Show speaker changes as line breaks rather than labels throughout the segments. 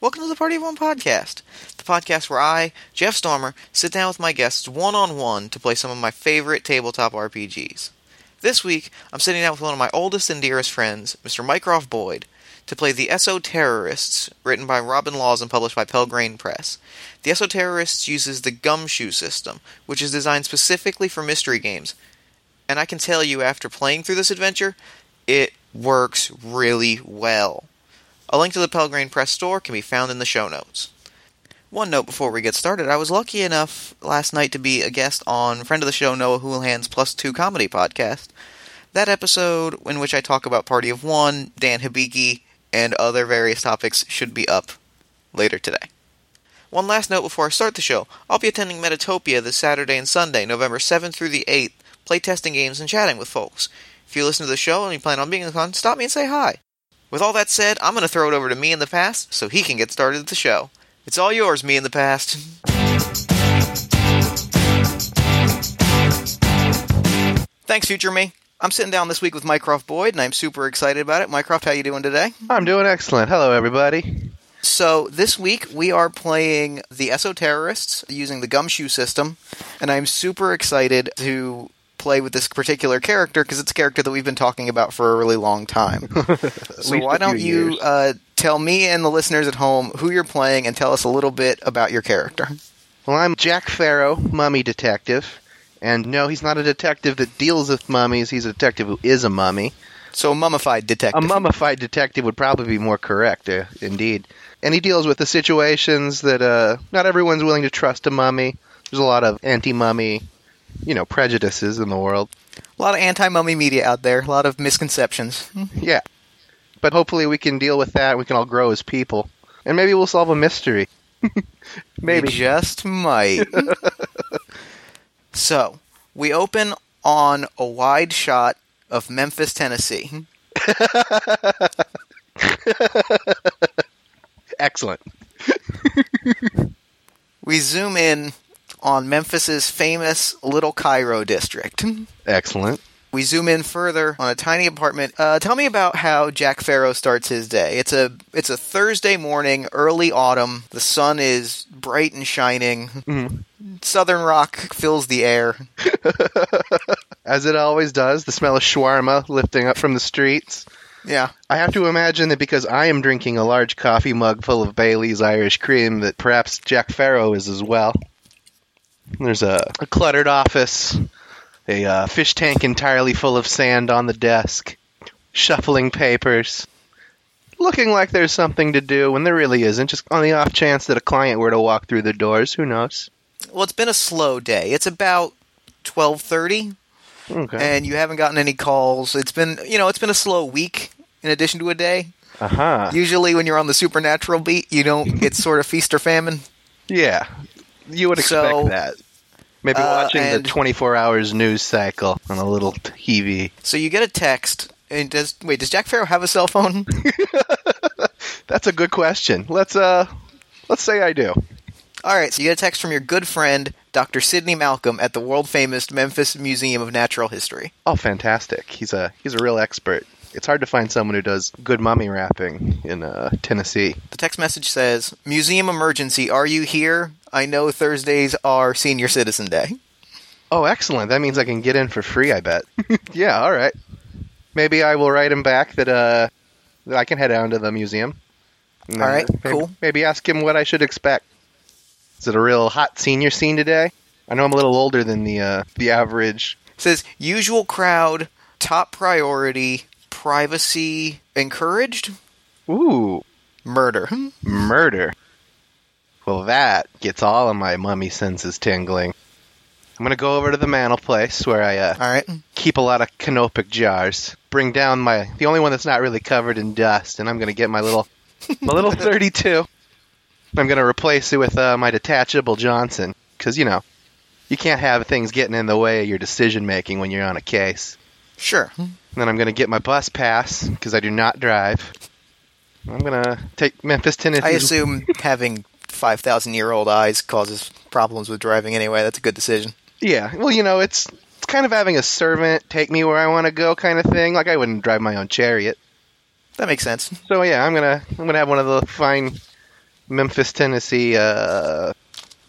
41 podcast, the podcast where I, Jeff Stormer, sit down with my guests one on one to play some of my favorite tabletop RPGs. This week, I'm sitting down with one of my oldest and dearest friends, Mr. Mycroft Boyd, to play The SO Terrorists, written by Robin Laws and published by Pelgrane Press. The SO Terrorists uses the Gumshoe system, which is designed specifically for mystery games. And I can tell you, after playing through this adventure, it works really well. A link to the Pelgrane Press store can be found in the show notes. One note before we get started, I was lucky enough last night to be a guest on friend of the show Noah Houlihan's Plus Two Comedy podcast. That episode, in which I talk about Party of One, Dan Hibiki, and other various topics, should be up later today. One last note before I start the show. I'll be attending Metatopia this Saturday and Sunday, November 7th through the 8th, playtesting games and chatting with folks. If you listen to the show and you plan on being a con, stop me and say hi. With all that said, I'm going to throw it over to me in the past so he can get started with the show. It's all yours, me in the past. Thanks, future me. I'm sitting down this week with Mycroft Boyd, and I'm super excited about it. Mycroft, how you doing today?
I'm doing excellent. Hello, everybody.
So this week we are playing the SO Terrorists using the gumshoe system, and I'm super excited to play with this particular character because it's a character that we've been talking about for a really long time. so
least
why
a
don't
few
you
years.
uh, tell me and the listeners at home who you're playing and tell us a little bit about your character?
Well, I'm Jack Farrow, mummy detective. And no, he's not a detective that deals with mummies. He's a detective who is a mummy.
So a mummified
A
detective.
mummified detective would probably be more correct, uh, indeed. And he deals with the situations that uh, not everyone's willing to trust a mummy. There's a lot of anti-mummy, you know, prejudices in the world.
a lot of anti-mummy media out there. A lot of misconceptions.
Yeah. But hopefully we can deal with that. We can all grow as people. And maybe we'll solve a mystery. maybe.
We just might. so, we open on a wide shot of Memphis, Tennessee.
Excellent.
We zoom in on Memphis's famous Little Cairo district.
Excellent.
We zoom in further on a tiny apartment. Uh, tell me about how Jack Farrow starts his day. It's a it's a Thursday morning, early autumn. The sun is bright and shining. Southern rock fills the air.
As it always does, the smell of shawarma lifting up from the streets.
Yeah.
I have to imagine that because I am drinking a large coffee mug full of Bailey's Irish cream, that perhaps Jack Farrow is as well. There's a, a cluttered office, a uh, fish tank entirely full of sand on the desk, shuffling papers, looking like there's something to do when there really isn't, just on the off chance that a client were to walk through the doors. Who knows?
Well, it's been a slow day. It's about 12:30
Okay.
and you haven't gotten any calls. It's been, you know, it's been a slow week in addition to a day.
Uh huh.
Usually when you're on the supernatural beat, you don't it's sort of feast or famine.
Yeah, you would expect
So,
that. Maybe
uh,
watching
and-
the 24 hours news cycle on a little TV.
So you get a text and does wait, does Jack Farrow have a cell phone?
That's a good question. Let's uh, let's say I do.
All right, so you get a text from your good friend Dr. Sidney Malcolm at the world famous Memphis Museum of Natural History.
Oh, fantastic! He's a he's a real expert. It's hard to find someone who does good mummy wrapping in uh, Tennessee.
The text message says, "Museum emergency, are you here? I know Thursdays are senior citizen day."
Oh, excellent! That means I can get in for free. I bet. yeah. All right. Maybe I will write him back that uh, that I can head down to the museum. And,
All right,
uh, maybe-
cool.
Maybe ask him what I should expect. Is it a real hot senior scene today? I know I'm a little older than the uh, the average.
says usual crowd top priority privacy encouraged
Ooh,
murder Hmm,
murder. Well, that gets all of my mummy senses tingling. I'm gonna go over to the mantel place where I uh,
all right
keep a lot of canopic jars. Bring down my the only one that's not really covered in dust, and I'm gonna get my little my little 32. I'm gonna replace it with uh, my detachable Johnson, because you know you can't have things getting in the way of your decision making when you're on a case.
sure
And then I'm gonna get my bus pass because I do not drive. I'm gonna take Memphis, Tennessee.
i assume having 5000 year old eyes causes problems with driving anyway that's a good decision
Yeah, well, you know, it's it's kind of having a servant take me where I want to go kind of thing. Like I wouldn't drive my own chariot.
that makes sense
So yeah, I'm gonna I'm gonna have one of the fine Memphis, Tennessee. Uh,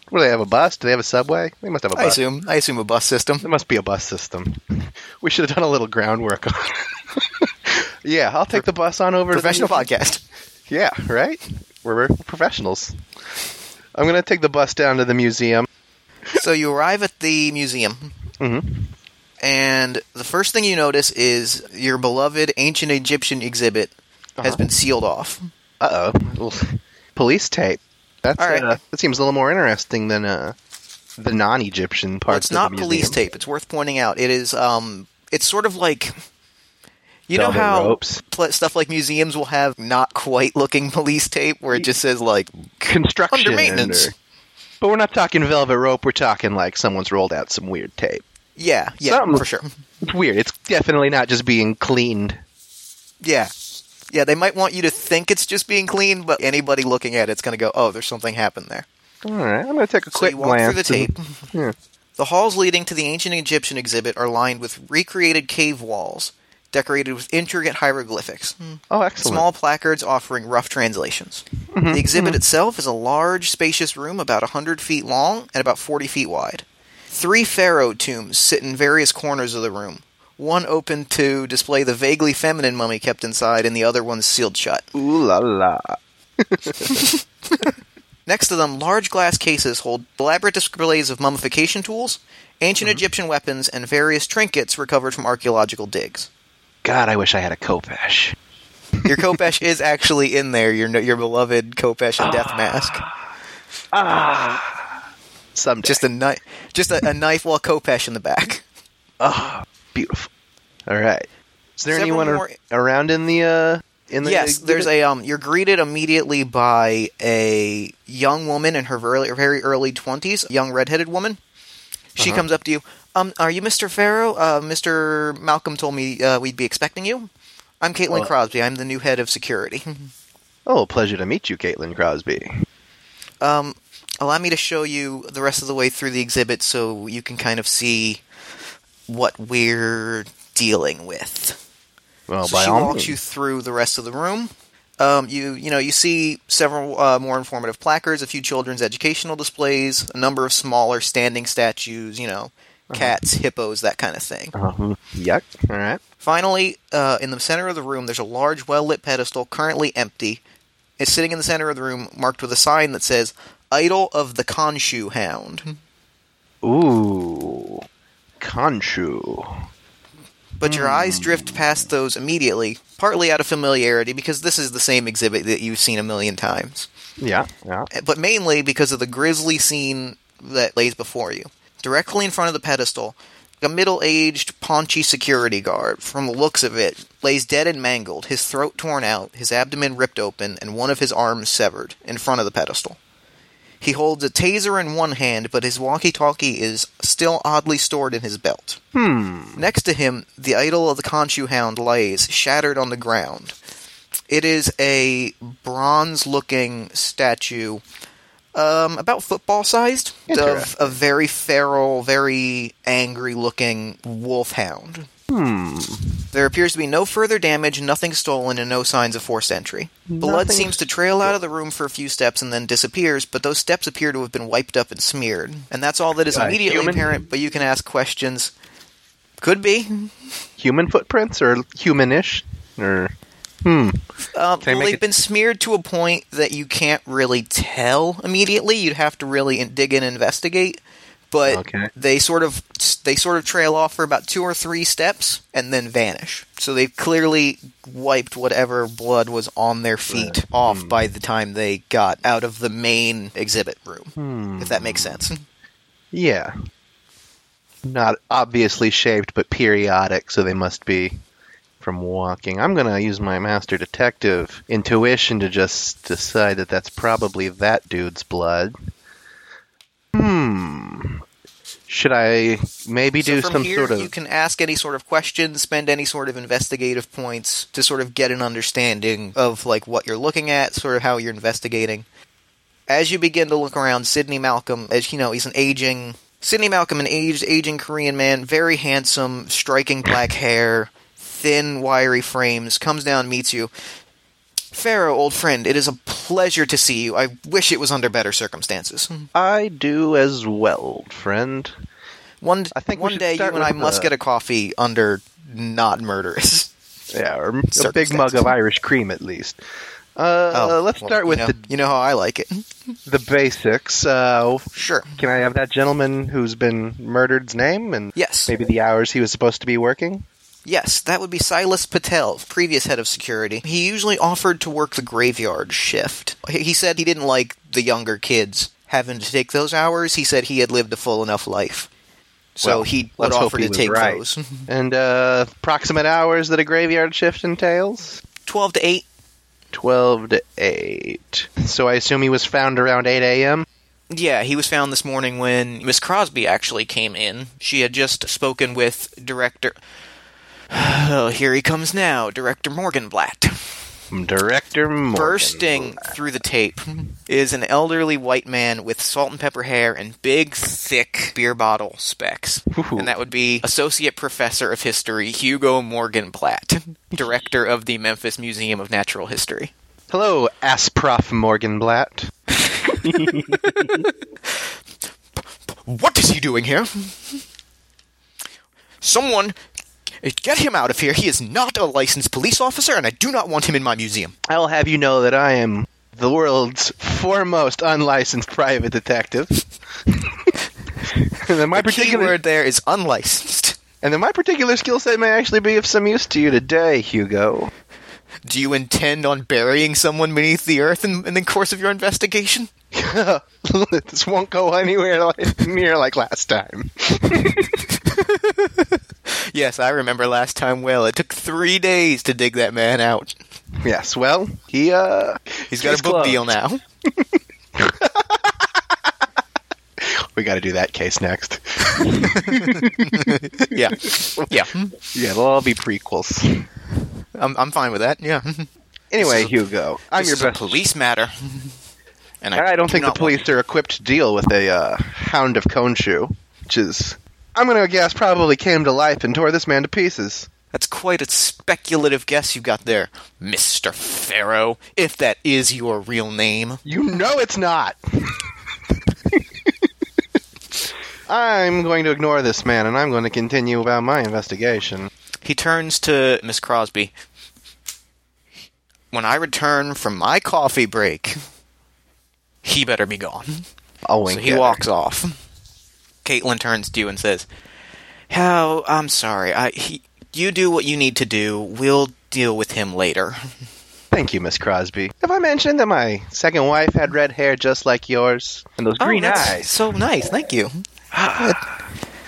what do they have? A bus? Do they have a subway? They must have a
I
bus.
assume. I assume a bus system.
There must be a bus system. We should have done a little groundwork on. yeah, I'll take the bus on over. to
Professional
Memphis.
podcast.
Yeah, right? We're, we're professionals. I'm going to take the bus down to the museum.
so you arrive at the museum, Mm-hmm.
Mhm.
and the first thing you notice is your beloved ancient Egyptian exhibit has
Uh-huh.
been sealed off.
Uh oh. Police tape. That's,
All right.
uh, that seems a little more interesting than uh, the non Egyptian
Well,
parts
it's not
of the
police
museum.
tape. It's worth pointing out. It is. Um, it's sort of like you know
Velvet
how
ropes.
pl- stuff like museums will have not quite looking police tape where it just says like
Construction.
under maintenance.
or- but we're not talking velvet rope. We're talking like someone's rolled out some weird tape.
Yeah, yeah,
Something-
for sure.
It's weird. It's definitely not just being cleaned.
Yeah. Yeah, they might want you to think it's just being cleaned, but anybody looking at it's going to go, "Oh, there's something happened there."
All right, I'm going to take a
So
quick
you walk
glance.
through the
and-
tape.
Yeah.
The halls leading to the ancient Egyptian exhibit are lined with recreated cave walls decorated with intricate hieroglyphics.
Oh, excellent.
Small placards offering rough translations. The exhibit itself is a large, spacious room about 100 feet long and about 40 feet wide. Three pharaoh tombs sit in various corners of the room, one open to display the vaguely feminine mummy kept inside, and the other one sealed shut.
Ooh la la.
Next to them, large glass cases hold elaborate displays of mummification tools, ancient Egyptian weapons, and various trinkets recovered from archaeological digs.
God, I wish I had a Kopesh.
Your Kopesh is actually in there, your your beloved Kopesh and death mask.
Someday.
Just a knife, just a, a knife while Kopesh in the back.
beautiful. All right. Is there
Several
anyone ar-
more-
around in the uh in the
yes, there's a
exhibit?
um. You're greeted immediately by a young woman in her very, very early twenties, young redheaded woman. She comes up to you. Um, are you Mr. Farrow? Uh, Mr. Malcolm told me uh, we'd be expecting you. I'm Caitlin
Well-
Crosby. I'm the new head of security.
Oh, pleasure to meet you, Caitlin Crosby.
um, allow me to show you the rest of the way through the exhibit so you can kind of see what we're dealing with.
Well,
so
by
she
all
walks
means.
you through the rest of the room. Um, you you know you see several uh, more informative placards, a few children's educational displays, a number of smaller standing statues, you know, cats, hippos, that kind of thing.
Uh-huh. Yuck. All right.
Finally, uh, in the center of the room, there's a large, well-lit pedestal, currently empty. It's sitting in the center of the room, marked with a sign that says "Idol of the Khonshu Hound."
Ooh. Kanshu.
But your eyes
Hmm.
drift past those immediately, partly out of familiarity, because this is the same exhibit that you've seen a million times.
Yeah. Yeah.
but mainly because of the grisly scene that lays before you. Directly in front of the pedestal, a middle aged, paunchy security guard, from the looks of it, lays dead and mangled, his throat torn out, his abdomen ripped open, and one of his arms severed, in front of the pedestal. He holds a taser in one hand, but his walkie talkie is still oddly stored in his belt. Next to him, the idol of the Khonshu Hound lays, shattered on the ground. It is a bronze looking statue, um, about football sized, of
Interesting.
a very feral, very angry looking wolfhound. There appears to be no further damage, nothing stolen, and no signs of forced entry. Blood
Nothing-
seems to trail out of the room for a few steps and then disappears, but those steps appear to have been wiped up and smeared. And that's all that is
Uh,
immediately
human?
apparent, but you can ask questions. Could be.
Human footprints or humanish or hmm.
Um,
Can I
well,
make
they've
it-
been smeared to a point that you can't really tell immediately. You'd have to really in- dig and investigate. But
Okay.
they sort of they sort of trail off for about two or three steps and then vanish. So they've clearly wiped whatever blood was on their feet off
Hmm.
by the time they got out of the main exhibit room. If that
Hmm.
makes sense.
Yeah. Not obviously shaped, but periodic, so they must be from walking. I'm going to use my master detective intuition to just decide that that's probably that dude's blood. Hmm. Should I maybe do
so from
some
here,
sort
you
of.
can ask any sort of questions, spend any sort of investigative points to sort of get an understanding of like what you're looking at, sort of how you're investigating. As you begin to look around, Sidney Malcolm, as you know, he's an aging Sidney Malcolm, an aged aging Korean man, very handsome, striking black hair, thin, wiry frames, comes down, meets you. Pharaoh, old friend, it is a pleasure to see you. I wish it was under better circumstances.
I do as well, old friend.
One,
I think we
one
should
day you
start
and I
with uh,
must
the-
get a coffee under not murderous.
Yeah, or a big mug
Circumstances.
of Irish cream at least. Uh, let's
Oh, well,
start
you
with
know, you know how I like it.
the, the basics. Uh,
Sure.
can I have that gentleman who's been murdered's name and
Yes.
maybe the hours he was supposed to be working?
Yes, that would be Silas Patel, previous head of security. He usually offered to work the graveyard shift. He he said he didn't like the younger kids having to take those hours. He said he had lived a full enough life. So
Well,
he would
let's hope
offer
he
to
was
take
right.
those.
And uh, approximate hours that a graveyard shift entails?
12 to 8?
12 to 8. So I assume he was found around 8 a.m.?
Yeah, he was found this morning when Miss Crosby actually came in. She had just spoken with director. Oh, here he comes now, Director Morganblatt.
Director Morgan.
bursting through the tape is an elderly white man with salt and pepper hair and big, thick beer bottle specs.
Ooh.
And that would be Associate Professor of History Hugo Morgan Platt, Director of the Memphis Museum of Natural History.
Hello, Asprof Morganblatt.
What is he doing here? Someone. eh, Get him out of here. He is not a licensed police officer, and I do not want him in my museum.
I'll have you know that I am the world's foremost unlicensed private detective. and then my
The key
particular
word there is unlicensed.
and then my particular skill set may actually be of some use to you today, Hugo.
Do you intend on burying someone beneath the earth in, in the course of your investigation?
this won't go anywhere like, near like last time.
Yes, I remember last time well. It took three days to dig that man out.
Yes, well, he uh
He's got a book
closed.
deal now.
We got to do that case next.
yeah, yeah,
Yeah, it'll all be prequels.
I'm I'm fine with that. Yeah,
Anyway,
This is a-
Hugo, I'm
This
your
is a
best.
police matter. And
I don't think
not
the
want-
police are equipped to deal with a uh, hound of Konshu, which is, I'm going to guess, probably came to life and tore this man to pieces.
That's quite a speculative guess you got there, Mister Pharaoh. If that is your real name,
You know it's not. I'm going to ignore this man, and I'm going to continue about my investigation.
he turns to Miss Crosby. When I return from my coffee break, he better be gone.
I'll wink.
So he
at her.
walks off. Caitlin turns to you and says, "How? I'm sorry. I he, you do what you need to do. We'll deal with him later."
Thank you, Miss Crosby. Have I mentioned that my second wife had red hair just like yours and those green
oh, that's
eyes?
So nice. Thank you.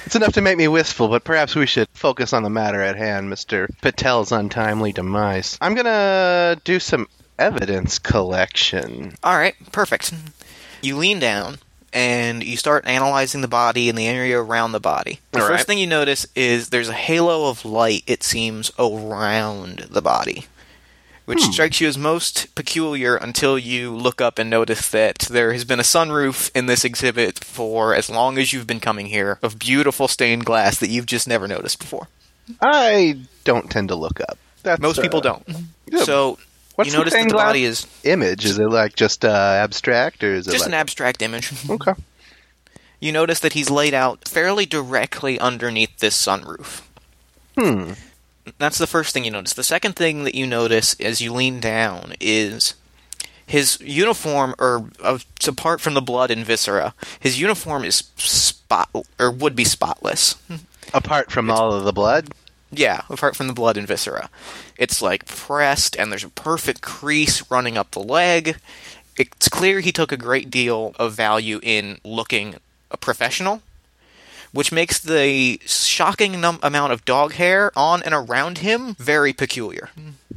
It's enough to make me wistful, but perhaps we should focus on the matter at hand, Mr. Patel's untimely demise. I'm gonna do some evidence collection.
All right. Perfect. You lean down and you start analyzing the body and the area around the body. The
All
first
right.
thing you notice is there's a halo of light. It seems around the body. Which
Hmm.
strikes you as most peculiar until you look up and notice that there has been a sunroof in this exhibit for as long as you've been coming here of beautiful stained glass that you've just never noticed before.
I don't tend to look up. That's,
Most
uh,
people don't.
yeah.
So
What's
you notice
the
that
stained
the
glass
body is
image? Is it like just uh, abstract, or is it
just an
like...
abstract image.
okay?
you notice that he's laid out fairly directly underneath this sunroof.
Hmm.
That's the first thing you notice. The second thing that you notice as you lean down is his uniform, or uh, apart from the blood and viscera, his uniform is spot or would be spotless.
Apart from all of the blood,
Yeah, apart from the blood and viscera. It's like pressed, and there's a perfect crease running up the leg. It's clear he took a great deal of value in looking a professional, which makes the shocking num- amount of dog hair on and around him very peculiar.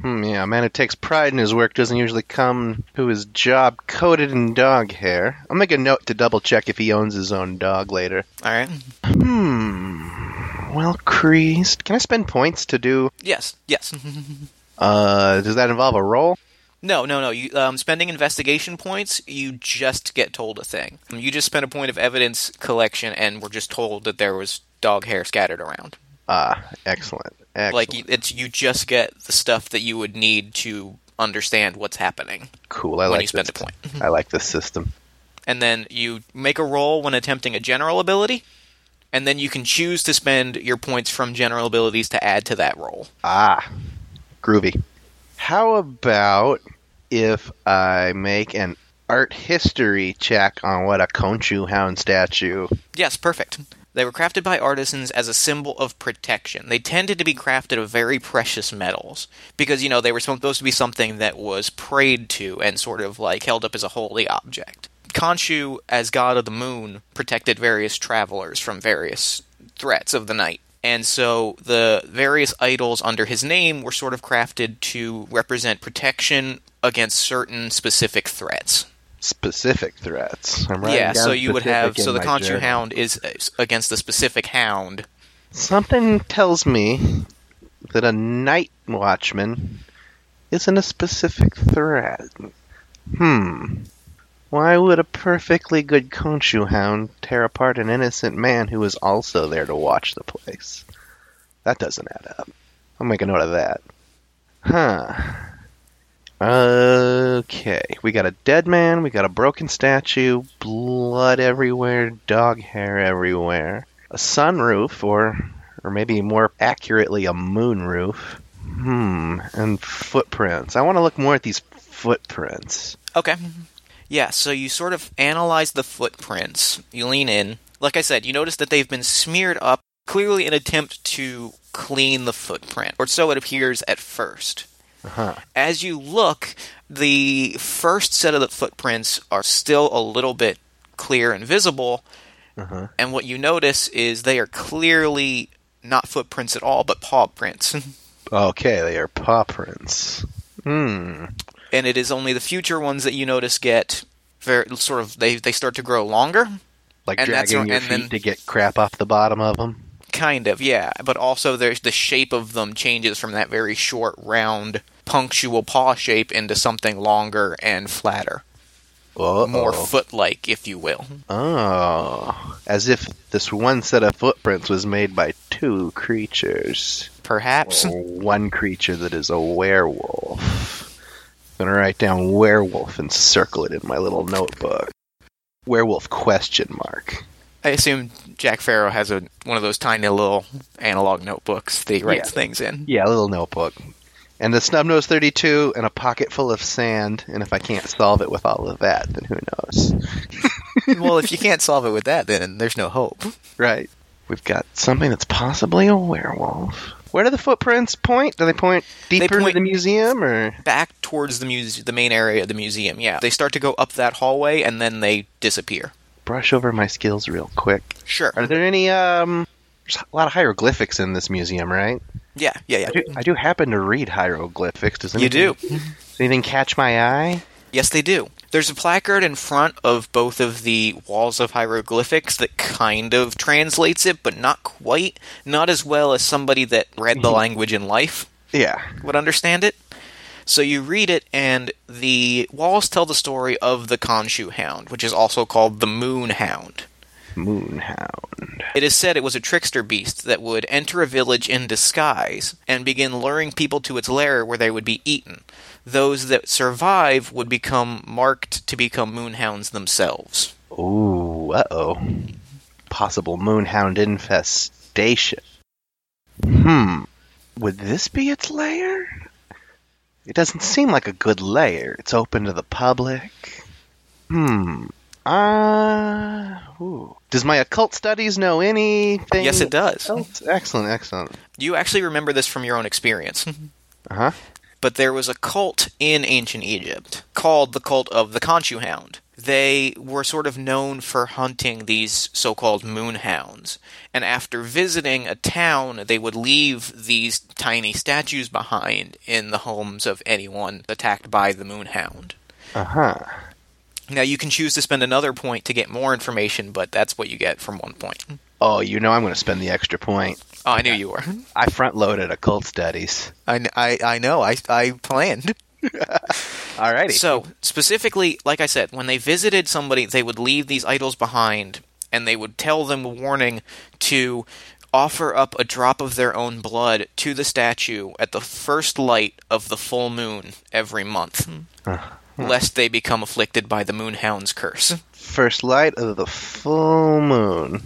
hmm, yeah, a man who takes pride in his work doesn't usually come to his job coated in dog hair. I'll make a note to double check if he owns his own dog later.
All right.
Hmm. Well, creased. Can I spend points to do?
Yes. Yes.
Uh, does that involve a roll?
no. No. No. You um, spending investigation points. You just get told a thing. You just spent a point of evidence collection, and were just told that there was dog hair scattered around.
Ah, excellent. excellent.
Like you- it's you just get the stuff that you would need to
understand what's happening
Cool. I
when
like
you spend
this.
a point.
I like this system.
and then you make a roll when attempting a general ability, and then you can choose to spend your points from general abilities to add to that roll.
Ah, groovy. How about if I make an art history check on what a Konchu hound statue?
Yes, perfect. They were crafted by artisans as a symbol of protection. They tended to be crafted of very precious metals because, you know, they were supposed to be something that was prayed to and sort of like held up as a holy object. Khonshu, as god of the moon, protected various travelers from various threats of the night. And so the various idols under his name were sort of crafted to represent protection against certain specific threats.
Specific threats. I'm writing
yeah,
down
so you would
specific
have
in
so the
my
Conchu
journal.
Hound is uh, against the specific hound.
Something tells me that a night watchman isn't a specific threat. Hmm. Why would a perfectly good Konshu hound tear apart an innocent man who is also there to watch the place? That doesn't add up. I'll make a note of that. Huh. Okay. We got a dead man, we got a broken statue, blood everywhere, dog hair everywhere a sunroof or or maybe more accurately a moonroof. Hmm, and footprints. I want to look more at these footprints.
Okay.
Mm-hmm.
Yeah, so you sort of analyze the footprints. You lean in. Like I said, you notice that they've been smeared up, clearly an attempt to clean the footprint, or so it appears at first.
Uh-huh.
As you look, the first set of the footprints are still a little bit clear and visible,
Uh-huh.
and what you notice is they are clearly not footprints at all, but paw prints.
Okay, they are paw prints. Hmm.
and it is only the future ones that you notice get very sort of they they start to grow longer
Like
And that's
dragging
not-
your
and
feet
then-
to get crap off the bottom of them.
kind of yeah but also there's the shape of them changes from that very short round punctual paw shape into something longer and flatter
Uh-oh.
more foot like if you will
oh, as if this one set of footprints was made by two creatures.
perhaps
Or one creature that is a werewolf. I'm gonna write down werewolf and circle it in my little notebook. Werewolf question mark.
i assume jack farrow has a one of those tiny little analog notebooks that he writes
Yeah.
things in
Yeah, a little notebook. And a snubnose 32 and a pocket full of sand. And if I can't solve it with all of that, then who knows?
well if you can't solve it with that then there's no hope
Right. We've got something that's possibly a werewolf. Where do the footprints point? Do they point deeper
point-
into the museum or
back towards the muse- the main area of the museum yeah they start to go up that hallway and then they disappear
brush over my skills real quick?
Sure.
Are there any um there's a lot of hieroglyphics in this museum, right?
Yeah, yeah, yeah.
I do, I do happen to read hieroglyphics. Does
You
anything,
do.
Does anything catch my eye?
Yes, they do. There's a placard in front of both of the walls of hieroglyphics that kind of translates it, but not quite. Not as well as somebody that read the language in life
Yeah.
would understand it. So you read it, and the walls tell the story of the Khonshu Hound, which is also called the Moon Hound.
Moonhound.
It is said it was a trickster beast that would enter a village in disguise and begin luring people to its lair where they would be eaten. Those that survive would become marked to become moonhounds themselves.
Ooh, uh oh. Possible moonhound infestation. Hmm. Would this be its lair? It doesn't seem like a good lair. It's open to the public. Hmm. Uh, ooh. Does my occult studies know anything?
Yes, it does.
Occult? Excellent, excellent.
You actually remember this from your own experience.
Uh huh.
but there was a cult in ancient Egypt called the cult of the Khonshu Hound. They were sort of known for hunting these so called moonhounds. And after visiting a town, they would leave these tiny statues behind in the homes of anyone attacked by the moonhound.
Uh huh.
Now, you can choose to spend another point to get more information, but that's what you get from one point.
Oh, you know I'm going to spend the extra point.
Oh, I knew you were.
I front loaded occult studies.
I, I, I know. I, I planned.
Alrighty.
So, specifically, like I said, when they visited somebody, they would leave these idols behind and they would tell them a warning to offer up a drop of their own blood to the statue at the first light of the full moon every month, lest they become afflicted by the moonhound's curse.
First light of the full moon.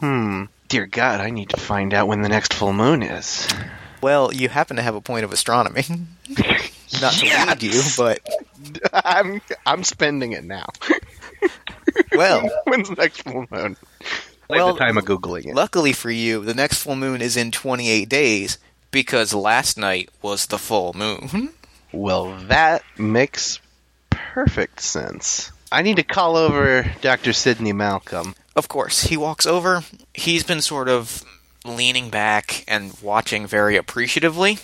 Hmm. Dear God, I need to find out when the next full moon is.
Well, you happen to have a point of astronomy. Not to lead you,
Yes.
but
I'm I'm spending it now.
well,
When's the next full moon?
Well,
At the time of googling it.
luckily for you, the next full moon is in 28 days because last night was the full moon.
Well, that makes perfect sense. I need to call over Dr. Sidney Malcolm.
Of course, he walks over. He's been sort of leaning back and watching very appreciatively.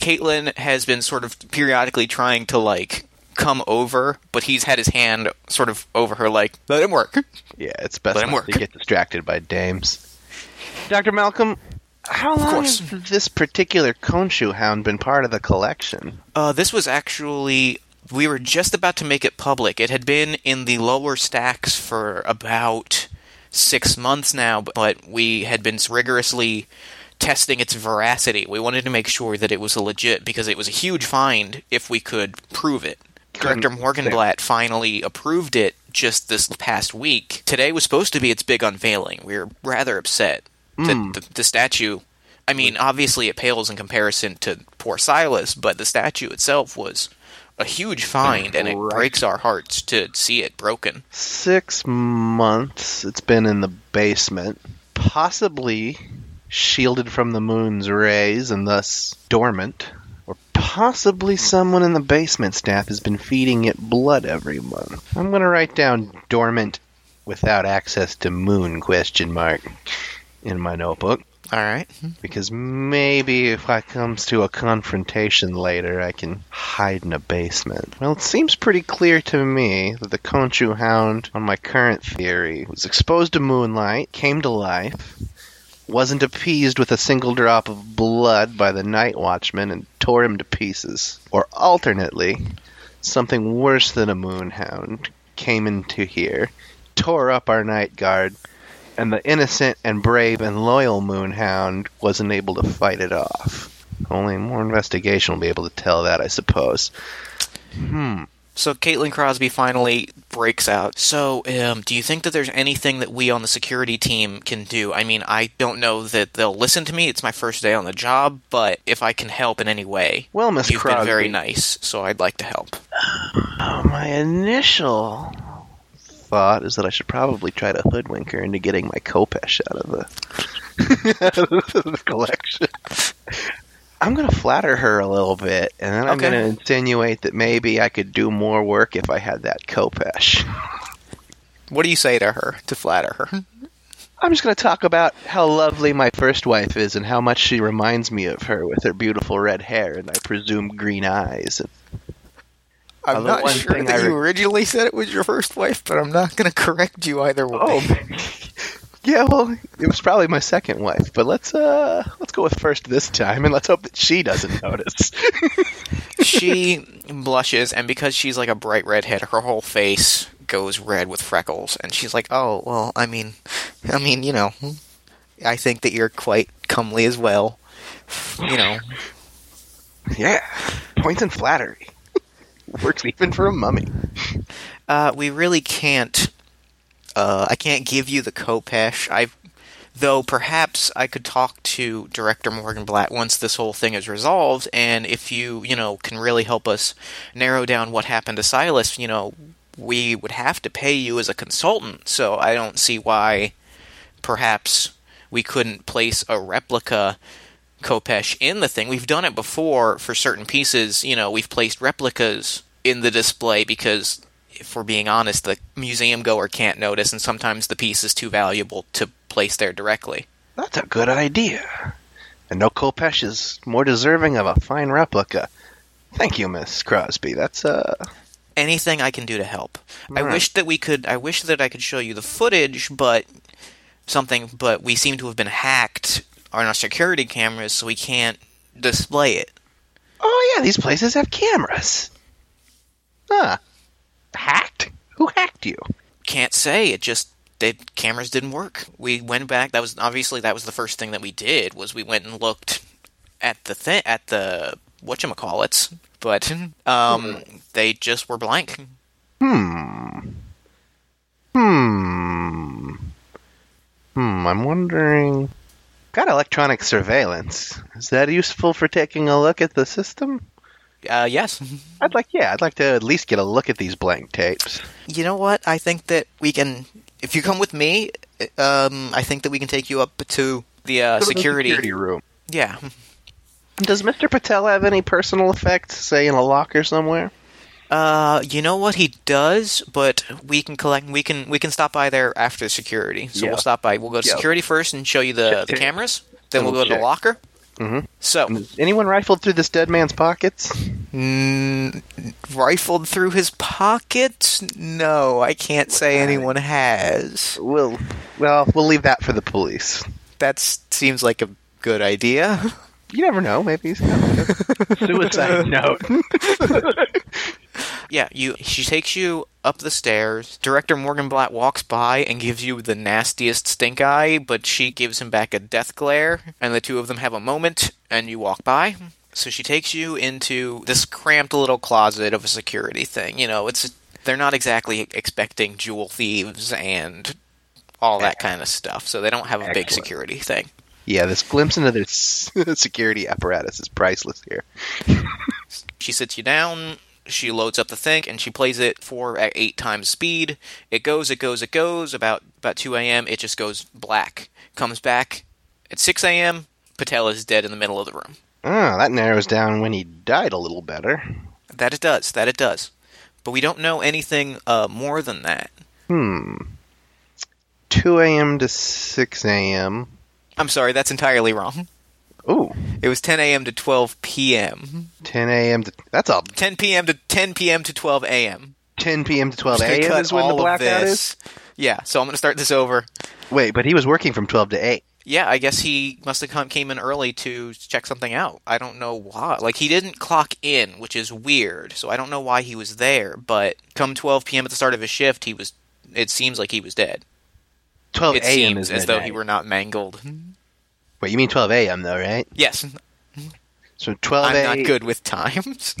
Caitlin has been sort of periodically trying to like come over, but he's had his hand sort of over her, like let him work.
Yeah, it's best
Let him
not to
work.
get distracted by dames. Dr. Malcolm, how long
course.
has this particular Konshu hound been part of the collection?
Uh, this was actually we were just about to make it public. It had been in the lower stacks for about six months now, but we had been rigorously testing its veracity. We wanted to make sure that it was legit because it was a huge find if we could prove it. Director Morgenblatt finally approved it just this past week. Today was supposed to be its big unveiling. We were rather upset that the, the statue. I mean, obviously it pales in comparison to poor Silas, but the statue itself was a huge find, and it
Right.
breaks our hearts to see it broken.
Six months it's been in the basement, possibly shielded from the moon's rays and thus dormant. Or possibly someone in the basement staff has been feeding it blood every month. I'm gonna write down dormant without access to moon question mark in my notebook.
All right.
Because maybe if I comes to a confrontation later, I can hide in a basement. Well, it seems pretty clear to me that the Conchu Hound, on my current theory, was exposed to moonlight, came to life, wasn't appeased with a single drop of blood by the Night Watchman, and tore him to pieces. Or alternately, something worse than a moonhound came into here, tore up our night guard, and the innocent and brave and loyal Moonhound wasn't able to fight it off. Only more investigation will be able to tell that, I suppose.
So Caitlin Crosby finally breaks out. So, um, do you think that there's anything that we on the security team can do? I mean, I don't know that they'll listen to me. It's my first day on the job, but if I can help in any way,
Well, Miss
you've been
Crosby,
very nice, so I'd like to help.
uh, my initial thought is that I should probably try to hoodwink her into getting my Kopesh out of the, out of the collection. I'm going to flatter her a little bit, and then I'm
Okay.
going to insinuate that maybe I could do more work if I had that Kopesh.
What do you say to her to flatter her?
I'm just going to talk about how lovely my first wife is and how much she reminds me of her with her beautiful red hair and I presume green eyes.
I'm
Uh, the one thing I re-
originally said it was your first wife, but I'm not going to correct you either way.
Oh. yeah, well, it was probably my second wife, but let's uh let's go with first this time and let's hope that she doesn't notice.
she blushes, and because she's like a bright redhead, her whole face goes red with freckles, and she's like, "Oh, well, I mean, I mean, you know, I think that you're quite comely as well, you know."
yeah. Points and flattery. Works even for a mummy.
Uh, we really can't. Uh, I can't give you the Kopesh. I, though, perhaps I could talk to Director Morgenblatt once this whole thing is resolved, and if you, you know, can really help us narrow down what happened to Silas, you know, we would have to pay you as a consultant. So I don't see why, perhaps we couldn't place a replica Kopesh in the thing. We've done it before for certain pieces. You know, we've placed replicas in the display because, if we're being honest, the museum goer can't notice, and sometimes the piece is too valuable to place there directly.
That's a good idea. And no Kopesh is more deserving of a fine replica. Thank you, Miss Crosby. That's uh
Anything I can do to help. I
Right.
wish that we could. I wish that I could show you the footage, but something. But we seem to have been hacked on our security cameras, so we can't display it.
Oh yeah, these places have cameras. Huh. Hacked? Who hacked you?
Can't say. It just the cameras didn't work. We went back. That was obviously that was the first thing that we did was we went and looked at the thing at the what you call it, but um, they just were blank.
Hmm. Hmm. Hmm. I'm wondering. Got electronic surveillance. Is that useful for taking a look at the system?
Uh, yes,
I'd like, yeah, I'd like to at least get a look at these blank tapes.
you know what? I think that we can. If you come with me, um, I think that we can take you up to the uh,
Go to the
security.
security room.
Yeah,
Does Mr. Patel have any personal effects, say in a locker somewhere?
Uh, you know what he does, but we can collect. We can we can stop by there after security. So
Yeah.
we'll stop by. We'll go to
Yeah.
security first and show you the,
Check
the
it.
cameras. Then we'll go
Double
to the
check.
locker.
Mhm.
So
Anyone rifled through this dead man's pockets?
mm, rifled through his pockets? No, I can't say anyone has.
We'll, well, we'll leave that for the police.
That seems like a good idea.
You never know. Maybe he's got a suicide note.
Yeah, you. She takes you up the stairs. Director Morgan Blatt walks by and gives you the nastiest stink eye, but she gives him back a death glare, and the two of them have a moment, and you walk by. So she takes you into this cramped little closet of a security thing. You know, it's they're not exactly expecting jewel thieves and all that kind of stuff, so they don't have a big
Excellent.
security thing.
Yeah, this glimpse into their s- security apparatus is priceless here.
She sits you down. She loads up the thing and she plays it for at eight times speed. It goes, it goes, it goes. About about two a.m. It just goes black. Comes back at six a.m. Patel is dead in the middle of the room.
Oh, that narrows down when he died a little better.
That it does. That it does. But we don't know anything uh, more than that.
Hmm. 2 a.m. to 6 a.m.
I'm sorry, that's entirely wrong.
Ooh,
It was 10 a.m. to 12 p.m.
10 a.m. to that's all.
10 p.m. to 10 p.m. to 12 a.m.
10 p.m. to 12
They
a.m.
cut
is when the
all of
blackout is.
this. Yeah, so I'm gonna start this over.
Wait, but he was working from 12 to 8.
Yeah, I guess he must have come came in early to check something out. I don't know why. Like he didn't clock in, which is weird. So I don't know why he was there. But come 12 p.m. at the start of his shift, he was. It seems like he was dead.
12
It
a.m.
seems
is
as though he
midnight. Mm-hmm.
were not mangled.
Wait, you mean 12 a.m. though, right?
Yes,
So 12
I'm
a.m.
not good with times.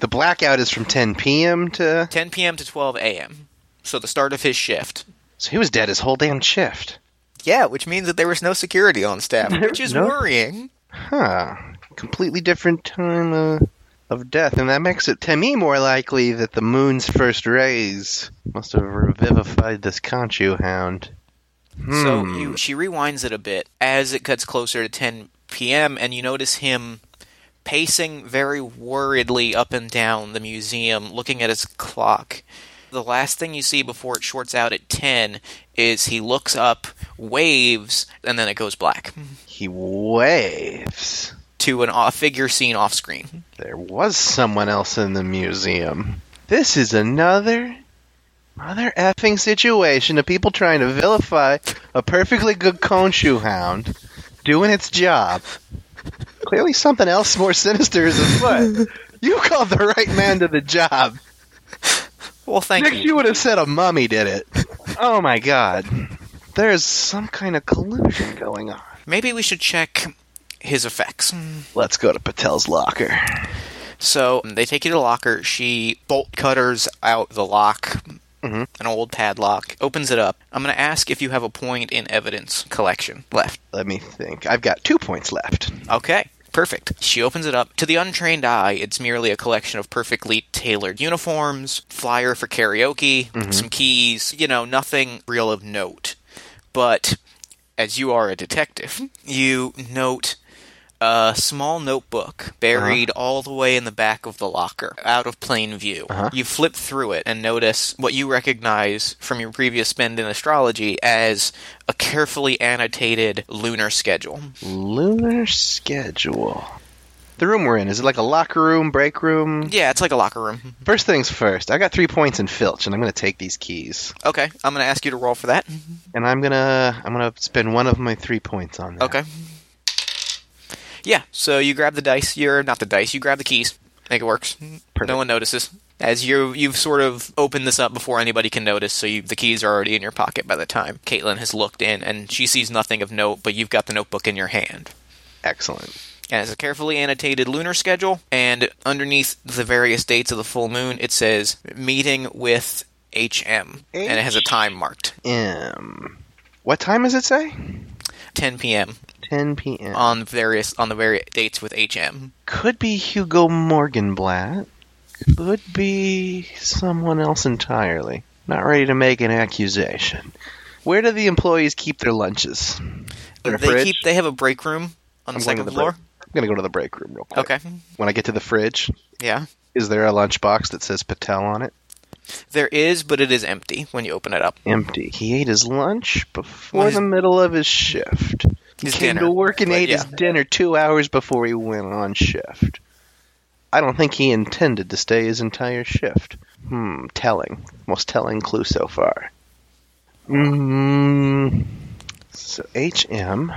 The blackout is from 10 p.m. to
10 p.m. to 12 a.m. So the start of his shift.
so he was dead his whole damn shift.
Yeah, which means that there was no security on staff, which is
No.
worrying.
Huh. Completely different time uh, of death, and that makes it to me more likely that the moon's first rays must have revivified this Conchu hound.
So
Hmm.
you, she rewinds it a bit as it cuts closer to 10 p.m., and you notice him pacing very worriedly up and down the museum, looking at his clock. The last thing you see before it shorts out at 10 is he looks up, waves, and then it goes black
He waves.
to an, a figure seen off screen.
There was someone else in the museum. This is another mother effing situation of people trying to vilify a perfectly good Konshu hound doing its job. Clearly, something else more sinister is afoot. You called the right man to the job.
Well, thank
Next, you
you.
would have said a mummy did it. Oh my god. There's some kind of collusion going on.
Maybe we should check his effects.
Let's go to Patel's locker.
So they take you to the locker. She bolt cutters out the lock,
Mhm.
an old padlock, opens it up. I'm going to ask if you have a point in evidence collection left.
Let me think. I've got two points left.
Okay. Perfect. She opens it up. To the untrained eye, it's merely a collection of perfectly tailored uniforms, flyer for karaoke, some keys, you know, nothing real of note. But as you are a detective, you note a small notebook buried all the way in the back of the locker, out of plain view.
Uh-huh.
You flip through it and notice what you recognize from your previous spend in astrology as a carefully annotated lunar schedule.
Lunar schedule. The room we're in, is it like a locker room, break room?
Yeah, it's like a locker room.
First things first, I got three points in Filch, and I'm gonna take these keys.
Okay, I'm going to ask you to roll for that.
And I'm gonna I'm gonna spend one of my three points on that.
Okay. Yeah, so you grab the dice. You're not the dice. You grab the keys. I think it works.
Perfect.
No one notices. As you you've sort of opened this up before anybody can notice, so you, the keys are already in your pocket by the time Caitlin has looked in, and she sees nothing of note, but you've got the notebook in your hand.
Excellent.
And it's a carefully annotated lunar schedule, and underneath the various dates of the full moon, it says meeting with HM, and it has a time marked,
M. What time does it say?
10 p.m.
10 p.m.
on various on the various dates with HM.
Could be Hugo Morgenblatt. Could be someone else entirely. Not ready to make an accusation. Where do the employees keep their lunches? In a
they
fridge?
keep they have a break room on the
I'm going to
second
the
floor.
break- I'm gonna go to the break room real quick.
Okay,
When I get to the fridge,
yeah.
is there a lunchbox that says Patel on it?
There is, but it is empty when you open it up.
Empty. He ate his lunch before
Well, his-
the middle of his shift.
His
Came
dinner,
to work and
but
ate
yeah.
his dinner two hours before he went on shift. I don't think he intended to stay his entire shift. Hmm, telling. Most telling clue so far. Mm, so HM,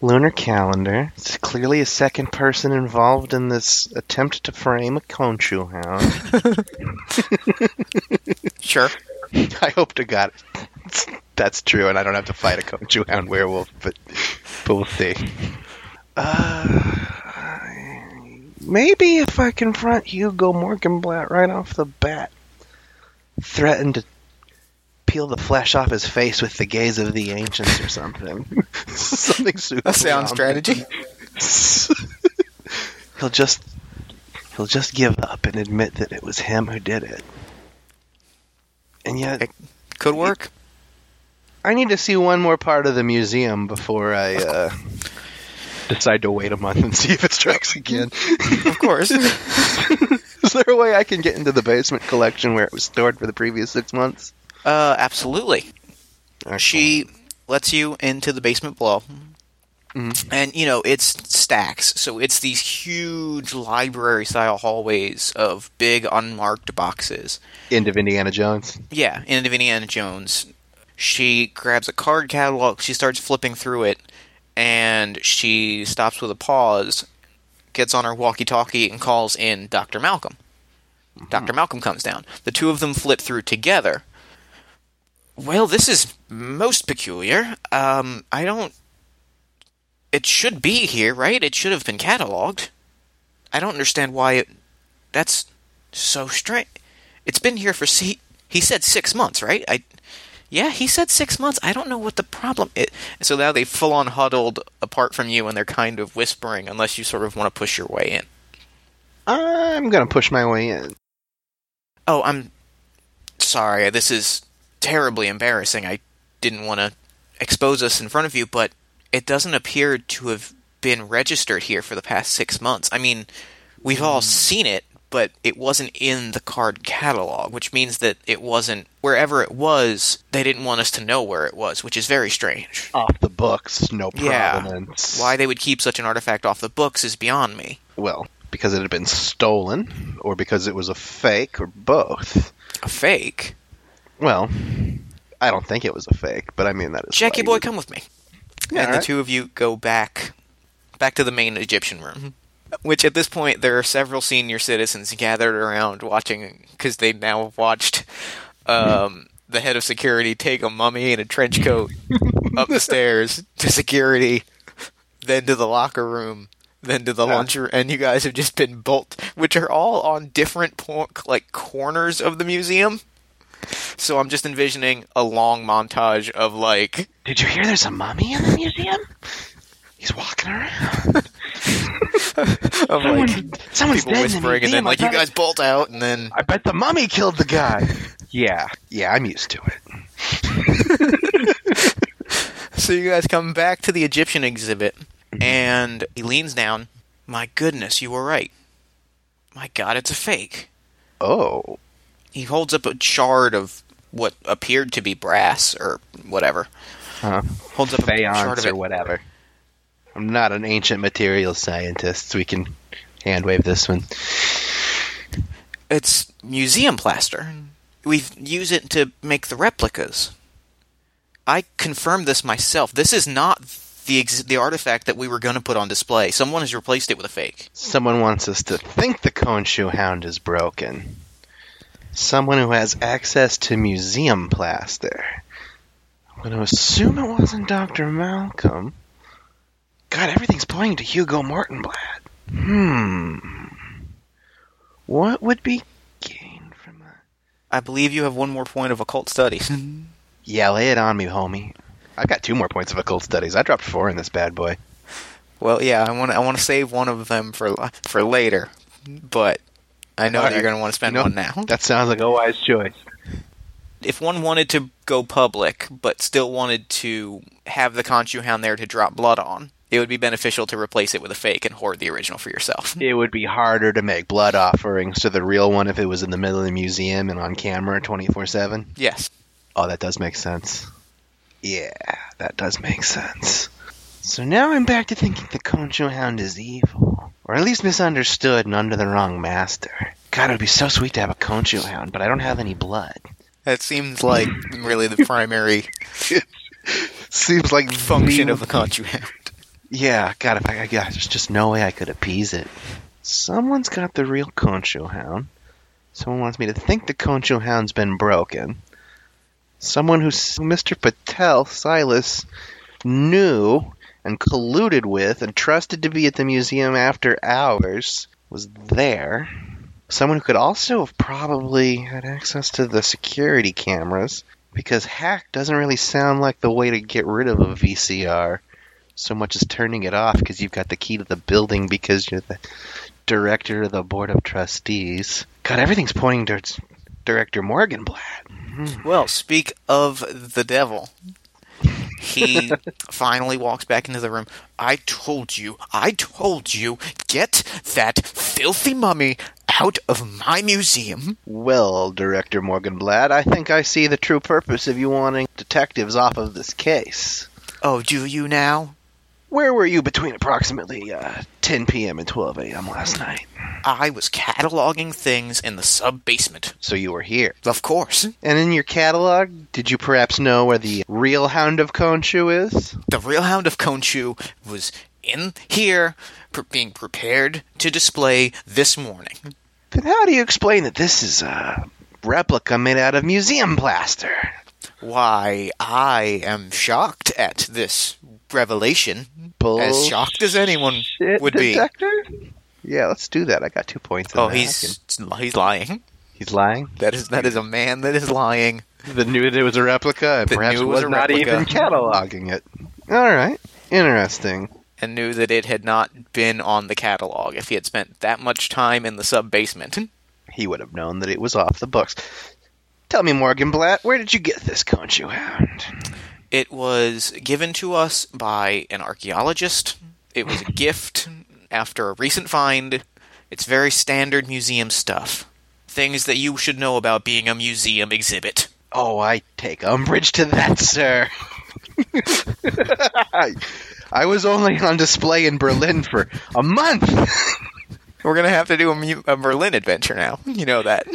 lunar calendar. It's clearly a second person involved in this attempt to frame a Konshu hound.
Sure.
I hope to God that's true, and I don't have to fight a Koju hound werewolf, but but we'll see. Uh, maybe if I confront Hugo Morgenblatt right off the bat, threaten to peel the flesh off his face with the gaze of the ancients or something. something super.
A sound strategy.
he'll just he'll just give up and admit that it was him who did it. And yet,
Could work.
I need to see one more part of the museum before I uh, decide to wait a month and see if it strikes again.
Of course.
Is there a way I can get into the basement collection where it was stored for the previous six months?
uh, absolutely.
Excellent.
Uh, She lets you into the basement below. And you know it's stacks, so it's these huge library-style hallways of big unmarked boxes.
end of Indiana Jones.
Yeah, and of Indiana Jones. She grabs a card catalog, she starts flipping through it, and she stops with a pause, gets on her walkie talkie, and calls in Dr. Malcolm. Dr. Malcolm comes down. The two of them flip through together. Well, this is most peculiar. Um, I don't. It should be here, right? It should have been cataloged. I don't understand why it. That's so strange. It's been here for se- he said six months, right? I, yeah, he said six months. I don't know what the problem. It so now they full on huddled apart from you, and they're kind of whispering, unless you sort of want to push your way in.
I'm gonna push my way in.
Oh, I'm sorry. This is terribly embarrassing. I didn't want to expose us in front of you, but it doesn't appear to have been registered here for the past six months. I mean, we've all seen it, but it wasn't in the card catalog, which means that it wasn't wherever it was. They didn't want us to know where it was, which is very strange.
Off the books, no
Yeah.
provenance.
Why they would keep such an artifact off the books is beyond me.
Well, because it had been stolen, or because it was a fake, or both.
A fake.
Well, I don't think it was a fake, but I mean that is.
Jackie
why
boy,
you-
come with me.
Yeah,
and
all
the
right.
two of you go back back to the main Egyptian room,
Mm-hmm.
which at this point there are several senior citizens gathered around watching because they now have watched um, the head of security take a mummy in a trench coat up the stairs to security, then to the locker room. Then to the
Yeah.
lunch room, and you guys have just been bolt, which are all on different po- like corners of the museum. So I'm just envisioning a long montage of like
Did you hear there's a mummy in the museum? He's walking around.
of like
Someone's
people whispering, and then like you guys bolt out, and then
I bet the mummy killed the guy. yeah, yeah, I'm used to it.
so you guys come back to the Egyptian exhibit, and he leans down. My goodness, you were right. My God, it's a fake.
Oh,
He holds up a shard of what appeared to be brass or whatever.
huh.
Holds up a shard
Faience
of
or
it.
whatever. I'm not an ancient material scientist, so we can hand wave this one.
It's museum plaster. We've used it to make the replicas. I confirmed this myself. This is not
the ex- the artifact that we were going to put on display. Someone has replaced it with a fake.
Someone wants us to think the Cone Shoe Hound is broken. Someone who has access to museum plaster. I'm going to assume it wasn't Dr. Malcolm. God, everything's pointing to Hugo Mortenblatt. Hmm. What would be gained from that?
I believe you have one more point of occult studies.
Yeah, lay it on me, homie. I've got two more points of occult studies. I dropped four in this bad boy.
well, yeah, I want I want to save one of them for li- for later, but I know that
Alright.
you're going to want to spend
You know,
one now.
That sounds like a wise choice.
if one wanted to go public but still wanted to have the Khonshu Hound there to drop blood on, it would be beneficial to replace it with a fake and hoard the original for yourself.
It would be harder to make blood offerings to the real one if it was in the middle of the museum and on camera 24 7.
Yes.
Oh, that does make sense. Yeah, that does make sense. So now I'm back to thinking the Concho Hound is evil. Or at least misunderstood and under the wrong master. God, it would be so sweet to have a Concho Hound, but I don't have any blood.
That seems like really the primary
Seems like
function of the Khonshu Hound.
Yeah, God, if I, I God, there's just no way I could appease it. Someone's got the real Concho Hound. Someone wants me to think the Concho Hound's been broken. Someone who s- Mr. Patel Silas knew and colluded with and trusted to be at the museum after hours was there. Someone who could also have probably had access to the security cameras because hack doesn't really sound like the way to get rid of a VCR so much as turning it off because you've got the key to the building because you're the director of the board of trustees. God, everything's pointing towards Director Morganblatt.
Well, speak of the devil. He finally walks back into the room. I told you, I told you, get that filthy mummy out of my museum.
Well, Director Morganblatt, I think I see the true purpose of you wanting detectives off of this case.
Oh, do you now?
Where were you between approximately uh, 10 p.m. and 12 a.m. last night?
I was cataloging things in the sub basement.
So you were here.
Of course.
And in your catalog, did you perhaps know where the real Hound of Konshu is?
The real hound of Konshu was in here pre- being prepared to display this morning.
Then how do you explain that this is a replica made out of museum plaster?
Why, I am shocked at this revelation. As
Bullshit
shocked as anyone would be.
detector? Yeah, let's do that. I got two points. in
Oh,
that.
he's he's lying.
he's lying.
That is that is a man that is lying.
The knew it was a replica, and
That
perhaps
knew it was
was
a
not
replica.
even cataloging it. All right, interesting.
And knew that it had not been on the catalog if he had spent that much time in the sub basement.
He would have known that it was off the books. Tell me, Morgan Blatt, where did you get this Conchu hound?
It was given to us by an archaeologist. It was a gift after a recent find. It's very standard museum stuff. Things that you should know about being a museum exhibit.
Oh, I take umbrage to that, sir. I was only on display in Berlin for a month.
We're going to have to do a, mu- a Merlin adventure now. You know that.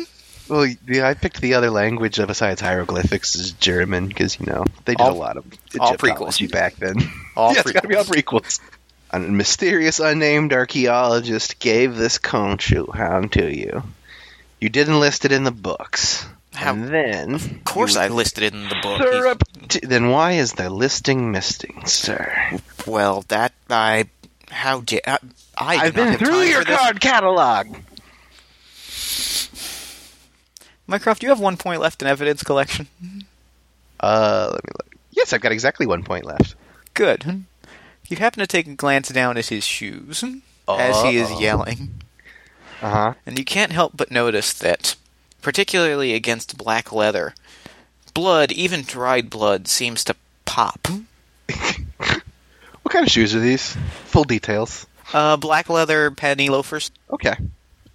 Well, yeah, I picked the other language besides hieroglyphics is German because you know they did
All-
a lot of
all
Egyptology
prequels.
back then.
All
yeah, it's got to be all
prequels.
prequels. A mysterious unnamed archaeologist gave this Khonshu hound to you. You didn't list it in the books,
How-
and then
Of course, I listed it in the book.
uh, Surrept- then why is the listing missing, sir?
Well, that I. How did I? I do not
I've been
have
through
time
your
for this.
card catalog.
Mycroft, you have one point left in evidence collection.
Uh, let me look. Yes, I've got exactly one point left.
Good. You happen to take a glance down at his shoes as he is
Uh-oh.
yelling.
Uh huh.
And you can't help but notice that, particularly against black leather, blood, even dried blood, seems to pop.
What kind of shoes are these? Full details.
Uh, black leather penny loafers.
Okay.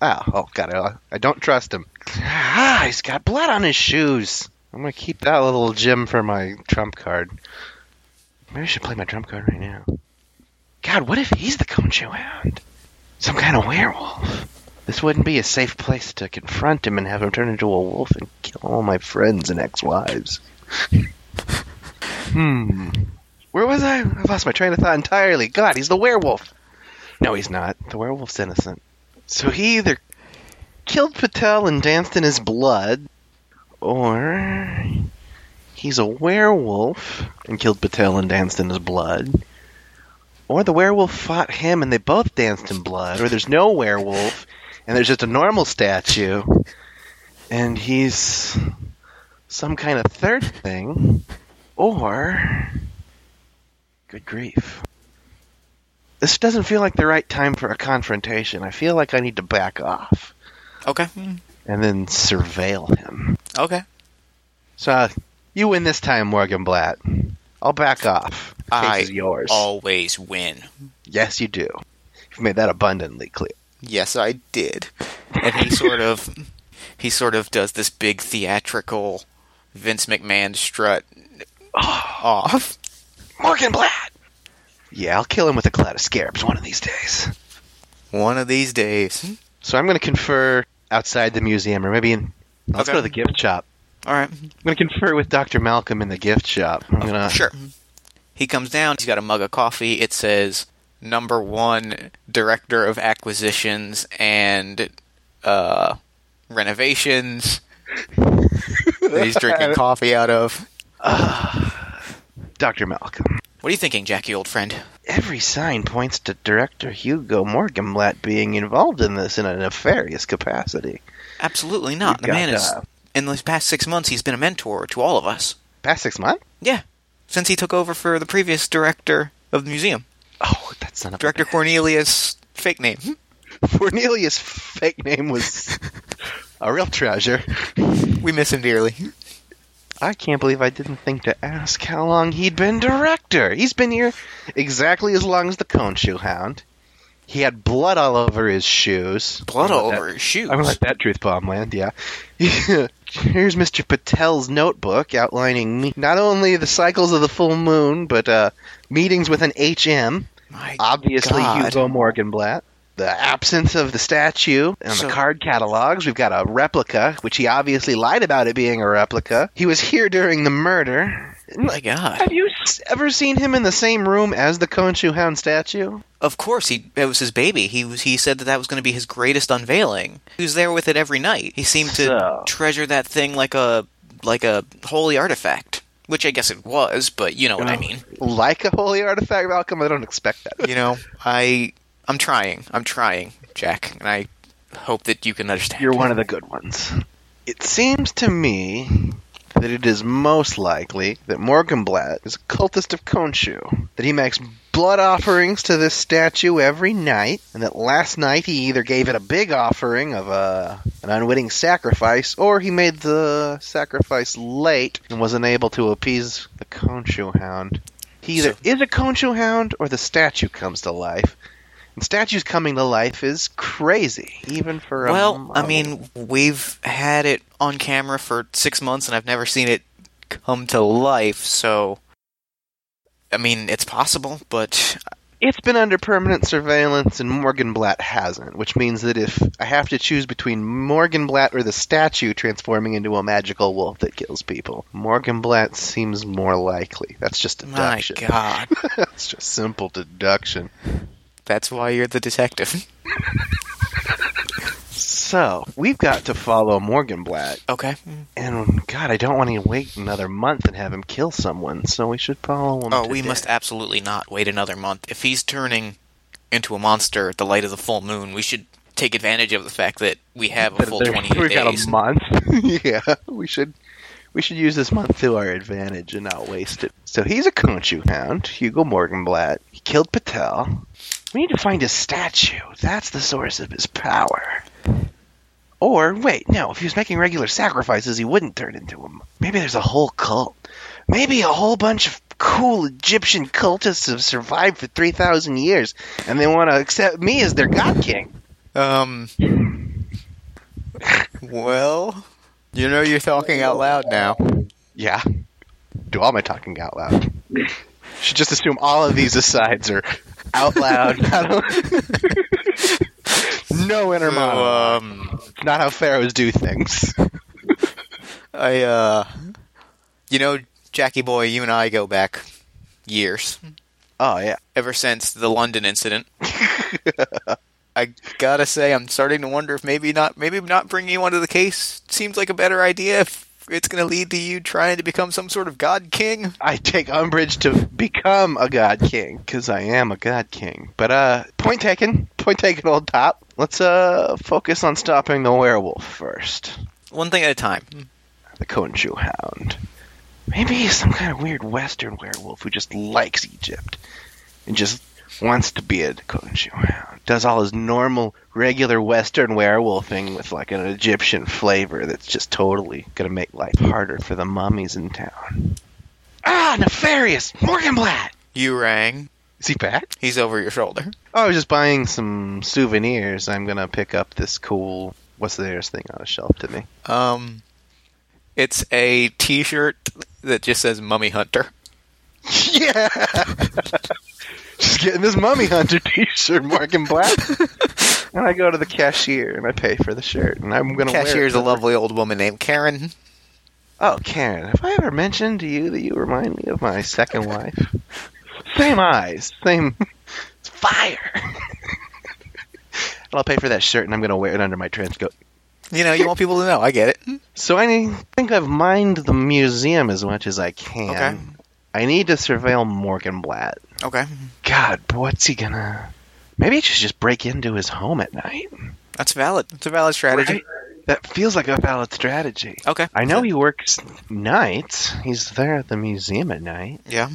Oh, oh God, I, I don't trust him. Ah, he's got blood on his shoes. I'm gonna keep that little gem for my trump card. Maybe I should play my trump card right now. God, what if he's the Concho Hound? Some kind of werewolf. This wouldn't be a safe place to confront him and have him turn into a wolf and kill all my friends and ex-wives. hmm. Where was I? I lost my train of thought entirely. God, he's the werewolf. No, he's not. The werewolf's innocent. So he either killed Patel and danced in his blood, or he's a werewolf and killed Patel and danced in his blood, or the werewolf fought him and they both danced in blood, or there's no werewolf and there's just a normal statue, and he's some kind of third thing, or good grief. This doesn't feel like the right time for a confrontation. I feel like I need to back off
Okay.
and then surveil him.
Okay.
So uh, you win this time, Morgan Blatt. I'll back off. The case
I
is yours.
Always win.
Yes, you do. You've made that abundantly clear.
Yes, I did. And he sort of he sort of does this big theatrical Vince McMahon strut off.
Morgan Blatt. Yeah, I'll kill him with a cloud of scarabs one of these days.
One of these days.
So I'm going to confer outside the museum, or maybe in. Let's
Okay.
go to the gift shop.
All right.
I'm going to confer with Dr. Malcolm in the gift shop. I'm going to.
Hmm. Oh, Sure. He comes down. He's got a mug of coffee. It says number one director of acquisitions and uh, renovations. that he's drinking coffee out of.
Dr. Malcolm.
What are you thinking, Jack, you old friend?
Every sign points to director Hugo Morgenblatt being involved in this in a nefarious capacity.
Absolutely not.
You've
The
got,
man is.
uh,
In the past six months, he's been a mentor to all of us.
Past six months?
Yeah, since he took over for the previous director of the museum,
Oh, that's not a
Director Cornelius, fake name.
Cornelius' fake name was a real treasure.
We miss him dearly.
I can't believe I didn't think to ask how long he'd been director. He's been here exactly as long as the Cone Shoe Hound. He had blood all over his shoes.
Blood
I'm
all
gonna let
over his shoes.
that- I'm gonna let that truth bomb land. Yeah. Here's Mr. Patel's notebook outlining me- not only the cycles of the full moon, but uh, meetings with an HM.
My
Obviously,
God.
Hugo Morgenblatt. The absence of the statue and
So-
the card catalogs. We've got a replica, which he obviously lied about it being a replica. He was here during the murder.
My God.
Have you s- ever seen him in the same room as the Konshu Hound statue?
Of course, he it was his baby. He was. He said that that was going to be his greatest unveiling. He was there with it every night. He seemed to
So-
treasure that thing like a like a holy artifact, which I guess it was. But you know what I mean.
Like a holy artifact, Malcolm? I don't expect that.
You know, I I'm trying. I'm trying, Jack, and I hope that you can understand.
You're one of the good ones. It seems to me that it is most likely that Morgenblatt is a cultist of Konshu, that he makes blood offerings to this statue every night, and that last night he either gave it a big offering of uh, an unwitting sacrifice, or he made the sacrifice late and was unable to appease the Konshu hound. He either
So-
is a Konshu hound or the statue comes to life. And statues coming to life is crazy, even for a
Well, I
model.
mean, we've had it on camera for six months, and I've never seen it come to life. So, I mean, it's possible, but
It's been under permanent surveillance and Morgenblatt hasn't, which means that if I have to choose between Morgenblatt or the statue transforming into a magical wolf that kills people, Morgenblatt seems more likely. That's just
my
deduction.
God,
That's just simple deduction.
that's why you're the detective.
So, we've got to follow Morgenblatt,
Okay.
and God, I don't want to wait another month and have him kill someone, so we should follow him.
Oh,
to
we
death.
must absolutely not wait another month. If he's turning into a monster at the light of the full moon, we should take advantage of the fact that we have a full
There-
28
We've got
days.
a month. yeah, we should we should use this month to our advantage and not waste it. So he's a Conchu hound, Hugo Morgenblatt. He killed Patel. We need to find his statue. That's the source of his power. Or wait, no, if he was making regular sacrifices, he wouldn't turn into him. Maybe there's a whole cult. Maybe a whole bunch of cool Egyptian cultists have survived for 3,000 years and they want to accept me as their god king.
Um. Well, you know you're talking out loud now.
Yeah. Do all my talking out loud. Should just assume all of these asides are out loud. no inner
uh,
monologue.
um.
It's not how pharaohs do things.
I, uh, you know, Jackie boy, you and I go back
years
Oh yeah.
ever since the London incident. I gotta say, I'm starting to wonder if maybe not, maybe not bringing anyone to the case seems like a better idea. If it's going to lead to you trying to become some sort of god king,
I take umbrage to become a god king because I am a god king. But uh, point taken, point taken, old top. Let's uh focus on stopping the werewolf first.
one thing at a time.
The Konshu hound. Maybe he's some kind of weird Western werewolf who just likes Egypt and just wants to be a Konshu hound. Does all his normal, regular Western werewolfing with like an Egyptian flavor that's just totally gonna make life harder for the mummies in town. Ah, nefarious Morganblatt.
You rang.
Is he back?
He's over your shoulder.
Oh, I was just buying some souvenirs. I'm gonna pick up this cool what's the nearest thing on a shelf to me.
Um, it's a T-shirt that just says "Mummy Hunter."
yeah. just getting this mummy hunter t-shirt, Mark in black. and I go to the cashier and I pay for the shirt, and I'm gonna wear it
Cashier's a
for-
lovely old woman named Karen.
Oh, Karen, have I ever mentioned to you that you remind me of my second wife? Same eyes, same. It's fire. and I'll pay for that shirt, and I'm gonna wear it under my trench coat.
You know, you want people to know. I get it.
So I need- think I've mined the museum as much as I can.
Okay.
I need to surveil Morganblatt.
Okay,
God, but what's he gonna? Maybe I should just break into his home at night.
that's valid. It's a valid strategy.
Right? That feels like a valid strategy.
Okay,
I know he works nights. He's there at the museum at night.
Yeah.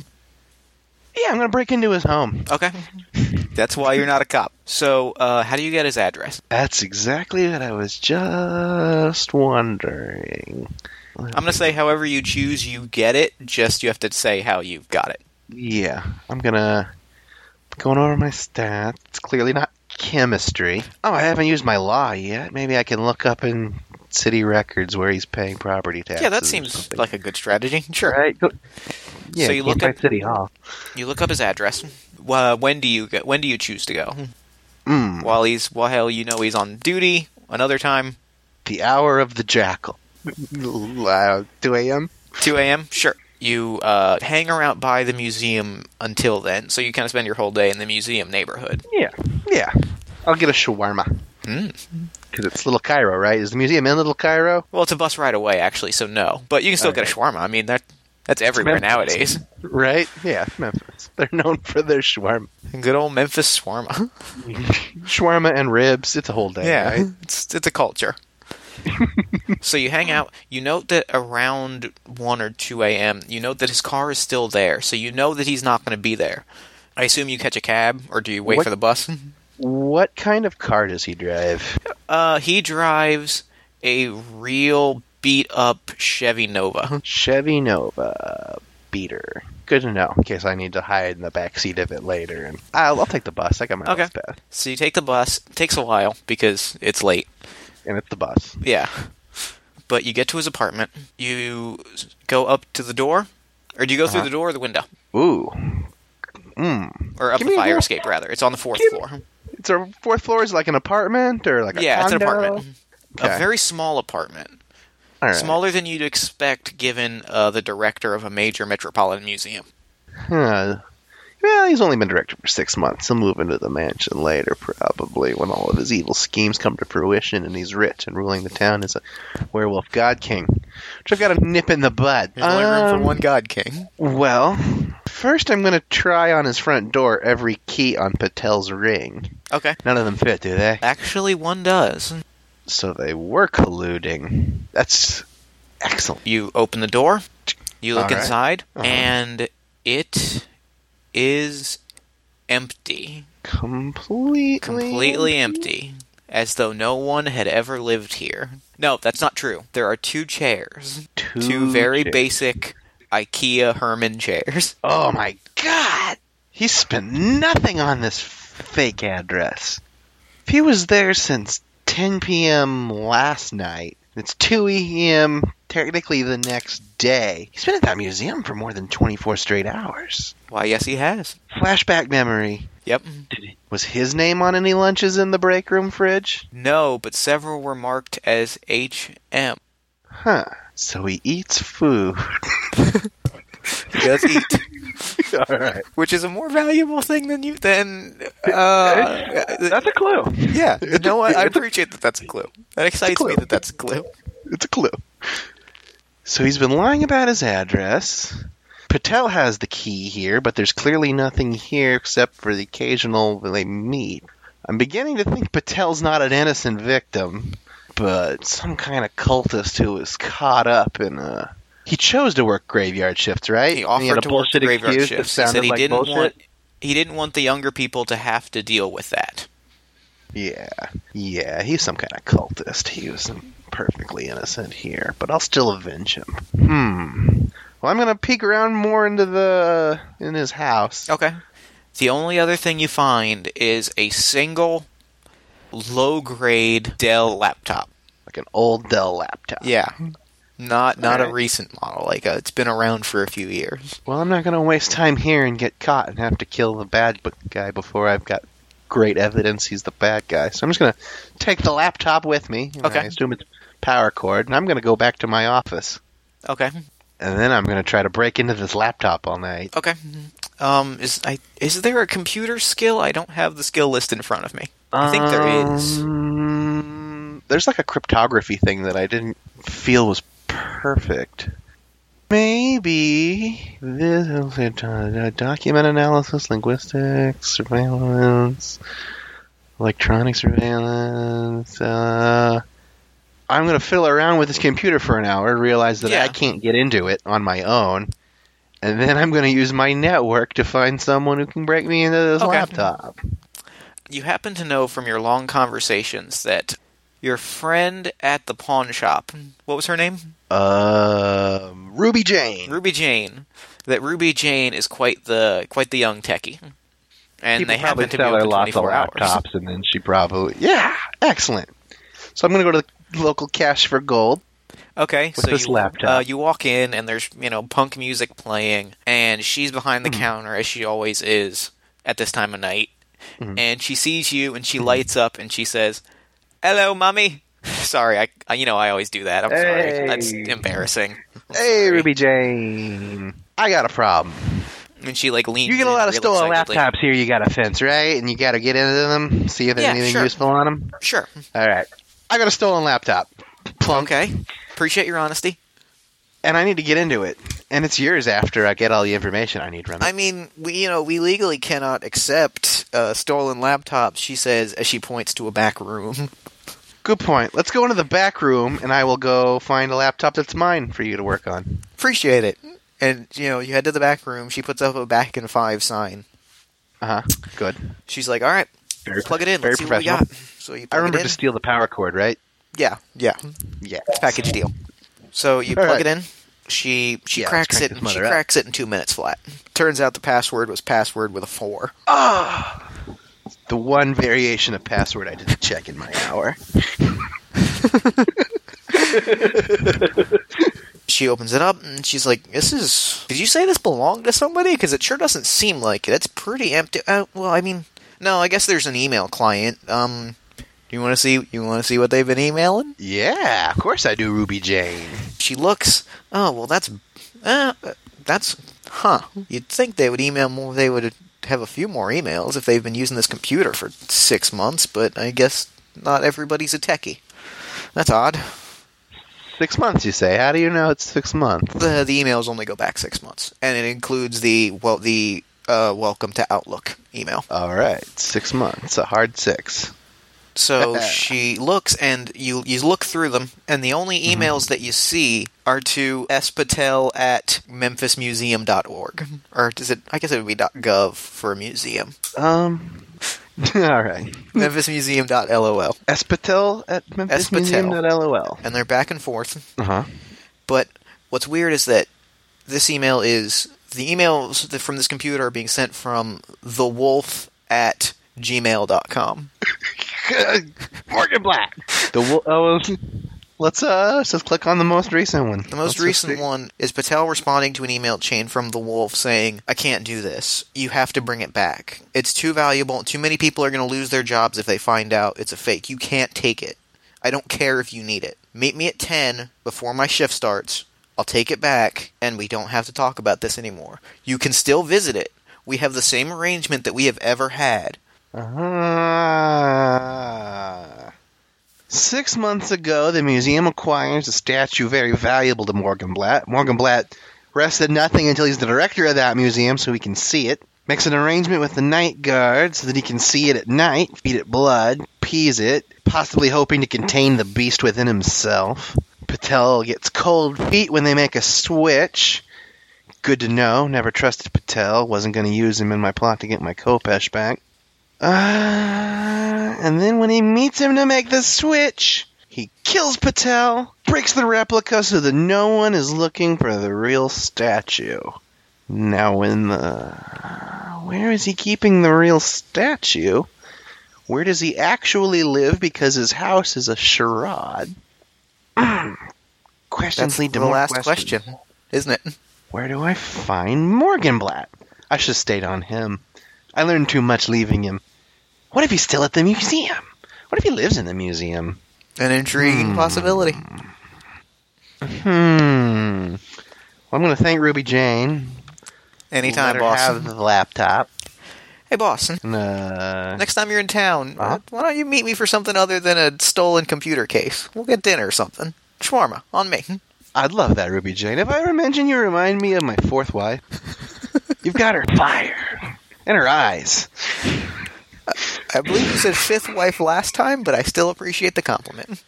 Yeah, I'm gonna break into his home.
Okay, that's why you're not a cop. So, uh, how do you get his address?
That's exactly what I was just wondering.
I'm gonna say, however you choose, you get it. Just you have to say how you've got it.
Yeah, I'm gonna going over my stats. It's clearly not chemistry. Oh, I haven't used my law yet. Maybe I can look up in city records where he's paying property taxes.
Yeah, that
or
seems
something.
like a good strategy. Sure.
right. Go- yeah,
So you look
can't
at-
buy city hall.
You look up his address. Uh, when do you go, when do you choose to go?
Mm,
While he's while you know he's on duty. Another time,
the hour of the jackal. Uh, Two a.m.
2 a.m. Sure. You uh, hang around by the museum until then, so you kind of spend your whole day in the museum neighborhood.
Yeah, yeah. I'll get a shawarma
Mm.
because it's Little Cairo, right? Is the museum in Little Cairo?
Well, it's a bus ride away, actually, so no. But you can still get a shawarma. I mean, that that's everywhere
Memphis.
nowadays.
Right? Yeah, Memphis. They're known for their shawarma,
Good old Memphis shawarma.
shawarma and ribs. It's a whole day. right?
it's it's a culture. so you hang out. You note that around one or two a.m., you note that his car is still there, so you know that he's not going to be there. I assume you catch a cab, or do you wait
What-
for the bus?
What kind of car does he drive?
Uh, he drives a real beat up Chevy Nova.
Chevy Nova beater. Good to know in case I need to hide in the back seat of it later. And I'll, I'll take the bus. I got my
Okay.
bus pass,
So you take the bus. takes a while because it's late.
and it's the bus.
Yeah. But you get to his apartment. You s- go up to the door, or do you go through
Uh-huh.
the door or the window,
Ooh, mm.
or up
Give
the
me a
fire
room.
escape rather? It's on the fourth
Give-
floor.
it's a fourth floor is like an apartment or like a
Yeah, it's an
condo?
apartment. Mm-hmm. A
Okay.
very small apartment,
All right.
smaller than you'd expect given uh, the director of a major metropolitan museum.
Huh. Well, he's only been director for six months. He'll move into the mansion later, probably, when all of his evil schemes come to fruition and he's rich and ruling the town as a werewolf god king. Which I've got to nip in the bud.
There's only room
Um,
for one god king.
Well, first I'm going to try on his front door every key on Patel's ring.
Okay.
None of them fit, do they?
Actually, one does.
So they were colluding. That's excellent.
You open the door, you look
All right.
inside,
Uh-huh.
and it is empty.
Completely.
Completely empty. As though no one had ever lived here. No, that's not true. There are two chairs.
Two,
two very
chairs.
basic IKEA Herman chairs.
Oh my god! He spent nothing on this fake address. If he was there since 10 p.m. last night, it's 2 a.m. technically the next day. He's been at that museum for more than 24 straight hours.
Why, yes, he has.
Flashback memory.
Yep.
Was his name on any lunches in the break room fridge?
No, but several were marked as HM.
Huh. So he eats food.
He does eat.
All right.
which is a more valuable thing than you than. Uh,
That's a clue.
yeah, you know what? I
it's a-
appreciate that. That's a clue. That excites me
clue.
that that's a clue.
It's a clue. So he's been lying about his address. Patel has the key here, but there's clearly nothing here except for the occasional when they meet. I'm beginning to think Patel's not an innocent victim, but some kind of cultist who was caught up in a. He chose to work graveyard shifts, right?
He
had
offered
a
to work the
bullshit
graveyard
excuse that
shifts. He said
sounded
he
like
didn't
bullshit.
want he didn't want the younger people to have to deal with that.
Yeah, yeah, he's some kind of cultist. He was perfectly innocent here, but I'll still avenge him. Hmm. Well, I'm gonna peek around more into the uh, in his house.
Okay. The only other thing you find is a single low grade Dell laptop.
Like an old Dell laptop.
Yeah. Not not a
Alright.
recent model. Like uh it's been around for a few years.
Well, I'm not gonna waste time here and get caught and have to kill the bad b- guy before I've got great evidence he's the bad guy. So I'm just gonna take the laptop with me. and
Okay.
I assume it's power cord, and I'm gonna go back to my office,
Okay.
and then I'm gonna try to break into this laptop all night.
Okay. Um is I is there a computer skill? I don't have the skill list in front of me. I think there is.
Um, There's like a cryptography thing that I didn't feel was perfect. Maybe this uh, document analysis, linguistics, surveillance, electronic surveillance. Uh, I'm gonna fiddle around with this computer for an hour, realize that
Yeah.
I can't get into it on my own, and then I'm gonna use my network to find someone who can break me into this
Okay.
laptop.
You happen to know from your long conversations that your friend at the pawn shop, what was her name?
Um, Ruby Jane.
Ruby Jane that Ruby Jane is quite the quite the young techie, and
People
they happen
probably
to be
sell her
open twenty
lots of
four hours.
laptops, and then she probably yeah, excellent. So I'm gonna go to the local cash for gold.
Okay,
With
so
this
you,
laptop.
Uh, you walk in and there's you know punk music playing, and she's behind
Hmm.
the counter as she always is at this time of night,
Hmm.
and she sees you and she lights up and she says, "Hello, mummy." Sorry, I I- you know I always do that. I'm
Hey.
sorry, that's embarrassing. I'm
Hey,
sorry.
Ruby Jane, I got a problem.
And she like leans.
You get a
in
lot of
real
stolen
excitedly.
laptops here. You got a fence, right? And you got to get into them, see if there's
Yeah,
anything
sure.
useful on them.
Sure.
All right, I got a stolen laptop. Plunk,
Okay. Appreciate your honesty.
and I need to get into it. And it's yours after I get all the information I need from it.
I mean, we you know we legally cannot accept uh, stolen laptops. She says as she points to a back room.
Good point. Let's go into the back room, and I will go find a laptop that's mine for you to work on.
Appreciate it. And you know you head to the back room. She puts up a back and five sign.
Uh huh. Good.
She's like, "All right,
Very
plug it in.
very
Let's see what we got."
professional.
So you
I
plug
remember
it in.
to steal the power cord, right?
yeah, yeah,
Yeah.
package deal. So you
All
plug
right.
it in. She she
Yeah, let's
cracks
crank
it.
this
and She
mother up.
cracks it in two minutes flat. Turns out the password was password with a four.
Ah! The one variation of password I didn't check in my hour.
She opens it up and she's like, "This is. Did you say this belonged to somebody? Because it sure doesn't seem like it. It's pretty empty. Uh, well, I mean, no. I guess there's an email client. Um, do you want to see? You want to see what they've been emailing?
Yeah, of course I do, Ruby Jane.
She looks. Oh well, that's. Uh, that's. Huh. You'd think they would email more. They would have a few more emails if they've been using this computer for six months. But I guess not everybody's a techie. That's odd.
Six months, you say? How do you know it's six months?
the the emails only go back six months, and it includes the well the uh, welcome to Outlook email.
All right, six months, a hard six.
So she looks, and you you look through them, and the only emails that you see are to S. Patel at memphismuseum.org, or does it? I guess it would be .gov for a museum.
Um, all right.
memphismuseum.lol,
Espatel at Memphis Museum. LOL.
and they're back and forth.
Uh huh.
But what's weird is that this email is the emails that- from this computer are being sent from the wolf at gmail.com.
Morgan Black. Uh-huh. The wo- oh, let's uh let's just click on the most recent one.
The most recent one is Patel responding to an email chain from the wolf saying, I can't do this. You have to bring it back. It's too valuable. Too many people are going to lose their jobs if they find out it's a fake. You can't take it. I don't care if you need it. Meet me at 10 before my shift starts. I'll take it back, and we don't have to talk about this anymore. You can still visit it. We have the same arrangement that we have ever had.
Ah. Six months ago, the museum acquires a statue very valuable to Morgenblatt. Morgenblatt rested nothing until he's the director of that museum so he can see it. Makes an arrangement with the night guard so that he can see it at night, feed it blood, pees it, possibly hoping to contain the beast within himself. Patel gets cold feet when they make a switch. Good to know. Never trusted Patel. Wasn't going to use him in my plot to get my Kopesh back. Uh, and then when he meets him to make the switch, he kills Patel, breaks the replica so that no one is looking for the real statue. Now, when the. Where is he keeping the real statue? Where does he actually live because his house is a charade? questions
That's
lead to
the
more
last
questions.
question, isn't it?
Where do I find Morgenblatt? I should have stayed on him. I learned too much leaving him. What if he's still at the museum? What if he lives in the museum?
An intriguing possibility.
Hmm. Well, I'm going to thank Ruby Jane. Let
Anytime,
her
boss.
Have the laptop.
Hey, boss.
And, uh,
Next time you're in town, uh,
Uh-huh.
why don't you meet me for something other than a stolen computer case? We'll get dinner or something. Shawarma on me.
I'd love that, Ruby Jane. If I ever mention you, remind me of my fourth wife. You've got her fire and her eyes.
I believe you said fifth wife last time, but I still appreciate the compliment.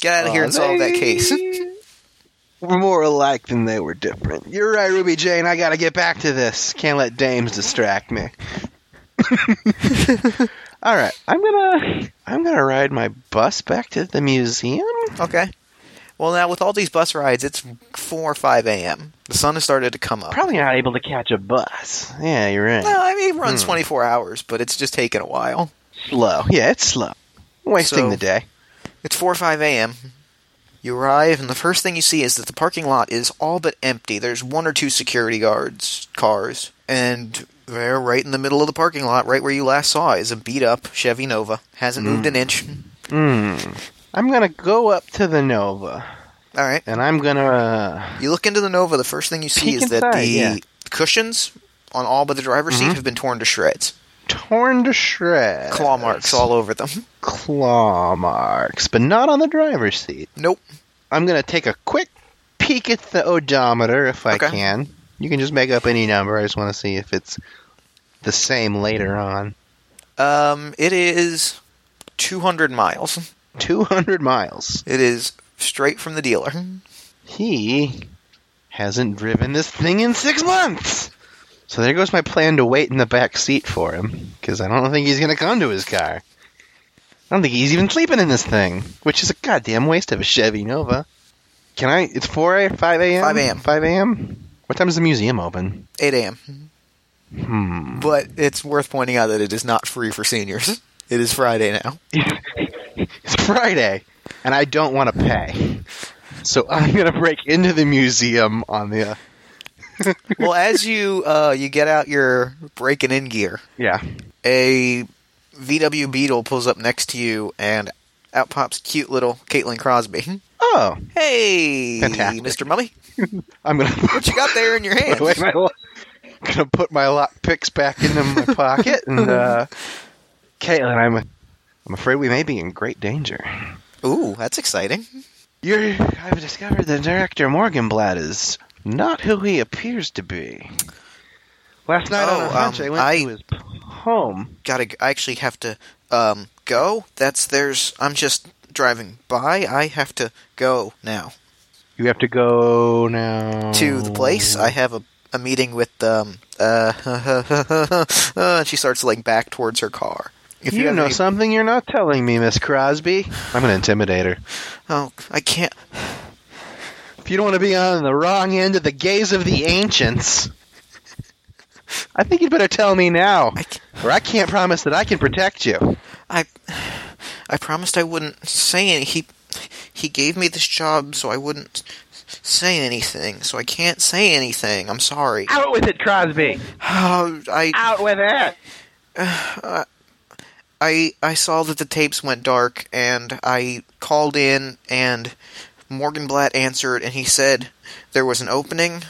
Get out of here and solve that case.
We're more alike than they were different. You're right, Ruby Jane. I gotta get back to this. Can't let dames distract me. All right, I'm gonna I'm gonna ride my bus back to the museum.
Okay. Well, now with all these bus rides, it's four or five a.m. The sun has started to come up.
Probably not able to catch a bus. Yeah, you're right.
Well, I mean, it runs twenty-four hours, but it's just taking a while.
Slow. Yeah, it's slow. Wasting
So-
the day.
It's 4 or 5 a.m. You arrive, and the first thing you see is that the parking lot is all but empty. There's one or two security guards' cars, and there, right in the middle of the parking lot, right where you last saw, it, is a beat up Chevy Nova. Hasn't moved an inch.
Hmm. I'm gonna go up to the Nova,
All right.
and I'm gonna. Uh,
You look into the Nova, the first thing you see
Peek
is that
inside,
the
yeah.
cushions on all but the driver's seat have been torn to shreds.
torn to shreds.
Claw marks all over them.
claw marks, but not on the driver's seat.
Nope.
I'm gonna take a quick peek at the odometer if I
Okay.
can. You can just make up any number. I just want to see if it's the same later on.
Um, it is 200 miles.
200 miles.
It is straight from the dealer.
He hasn't driven this thing in six months. So there goes my plan to wait in the back seat for him because I don't think he's gonna come to his car. I don't think he's even sleeping in this thing, which is a goddamn waste of a Chevy Nova. Can I? It's 4 a. 5 a.m.
5 a.m..
5 a.m. What time does the museum open?
8 a.m.
Hmm.
But it's worth pointing out that it is not free for seniors. It is Friday now.
it's Friday, and I don't want to pay. So I'm gonna break into the museum on the
well, as you uh, you get out your breaking in gear,
yeah.
a VW Beetle pulls up next to you, and out pops cute little Caitlin Crosby.
Oh,
Hey,
Fantastic.
Mr. Mummy,
I'm gonna
what you got there in your hand?
put my lo- gonna put my lock picks back into my pocket, and uh, Caitlin, I'm I'm afraid we may be in great danger.
Ooh, that's exciting.
You're I've discovered that director Morgenblatt is not who he appears to be. Last night on
Oh,
a hunch,
um,
I went
I-
to his home.
Gotta, I actually have to um, go. That's there's. I'm just driving by. I have to go now.
You have to go now
to the place. I have a, a meeting with um uh, and she starts like back towards her car. If
you, know
any-
something you're not telling me, Miss Crosby. I'm an intimidator.
oh, I can't.
If you don't want to be on the wrong end of the gaze of the ancients, I think you'd better tell me now,
I, c-
or I can't promise that I can protect you.
I I promised I wouldn't say any. He he gave me this job so I wouldn't say anything. So I can't say anything. I'm sorry.
Out with it, Crosby!
Oh, I
Out with it!
I I saw that the tapes went dark and I called in and Morganblatt answered, and he said there was an opening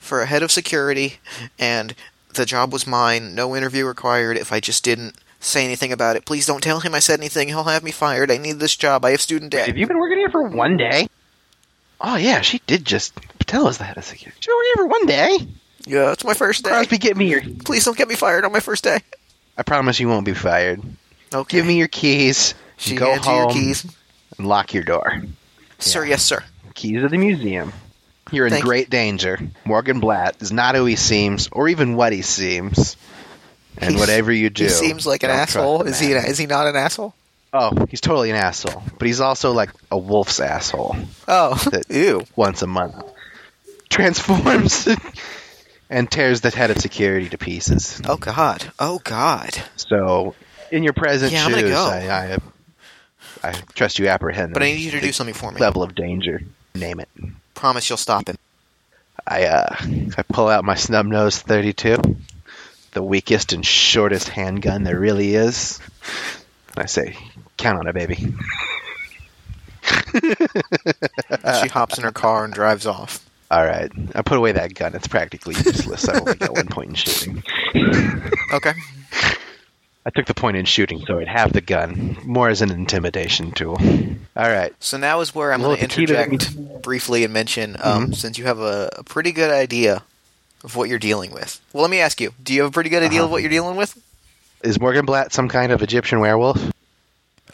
for a head of security, and the job was mine. No interview required. If I just didn't say anything about it, please don't tell him I said anything. He'll have me fired. I need this job. I have student debt.
Have you been working here for one day?
Oh yeah, she did just tell us that. It's like, She's been working here for one day.
yeah, it's my first day.
Crosby, get me your.
Please don't get me fired on my first day.
I promise you won't be fired.
Okay.
Give me your keys.
She
go
hands you your
home
keys.
and lock your door.
Sir, yes, sir.
Keys to the museum.
You're in
Thank you.
great danger. Morgan Blatt is not who he seems, or even what he seems. And
He's-
whatever you do,
He seems like an
don't
asshole.
trust the
Is he?
man.
Is he not an asshole?
Oh, he's totally an asshole, but he's also like a wolf's asshole.
Oh,
That-
ew.
Once a month, transforms and tears the head of security to pieces.
Oh God. Oh God.
So, in your present
Yeah, I'm gonna
shoes,
go.
I, I, I trust you apprehend.
But I
him.
need you to
The
do something for me.
level of danger. Name it.
Promise you'll stop him.
I uh, I pull out my snub nose 32, the weakest and shortest handgun there really is. And I say, count on it, baby. uh,
she hops in her car and drives off.
All right, I put away that gun. It's practically useless. I only got one point in shooting.
Okay.
I took the point in shooting, so I'd have the gun more as an intimidation tool. All right,
So now is where I'm
Well,
going to
the Mm-hmm. key to that-
interject briefly and mention, um, since you have a, a pretty good idea of what you're dealing with. Well, let me ask you: Do you have a pretty good idea
Uh-huh.
of what you're dealing with?
is Morgan Blatt some kind of Egyptian werewolf?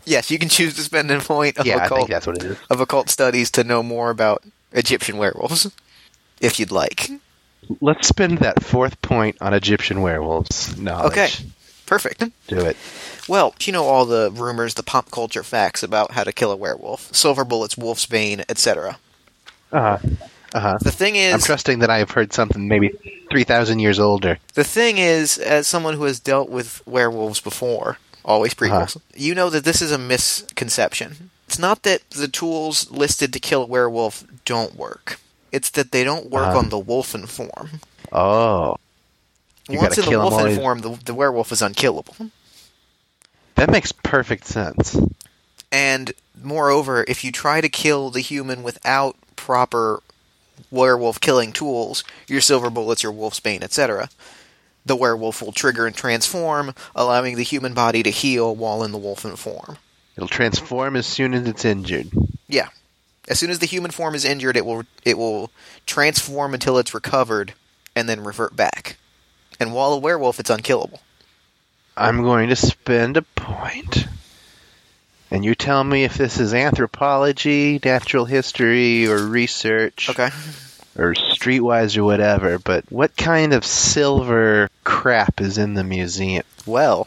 Yes, you can choose to spend a point of
yeah, I think
occult
that's what it is.
of occult studies to know more about Egyptian werewolves, if you'd
Mm-hmm.
like.
Let's spend that fourth point on Egyptian werewolves. Knowledge.
Okay. Perfect.
do it.
Well, you know all the rumors, the pop culture facts about how to kill a werewolf, silver bullets, wolf's bane, etc.
Uh huh. Uh huh.
The thing
I'm
is,
trusting that I have heard something maybe 3,000 years older.
the thing is, as someone who has dealt with werewolves before, always
Uh-huh.
prequels, you know that this is a misconception. It's not that the tools listed to kill a werewolf don't work. It's that they don't work
Uh-huh.
on the wolfen form.
Oh. You
Once
gotta
in the
kill 'em all
wolfen
these-
form, the, the werewolf is unkillable.
That makes perfect sense.
And moreover, if you try to kill the human without proper werewolf killing tools, your silver bullets, your wolf's bane, etc., the werewolf will trigger and transform, allowing the human body to heal while in the wolfen form.
It'll transform as soon as it's injured.
Yeah. As soon as the human form is injured, it will it will transform until it's recovered and then revert back. And while a werewolf, it's unkillable.
I'm going to spend a point. And you tell me if this is anthropology, natural history, or research,
Okay.
or streetwise, or whatever. But what kind of silver crap is in the museum?
Well,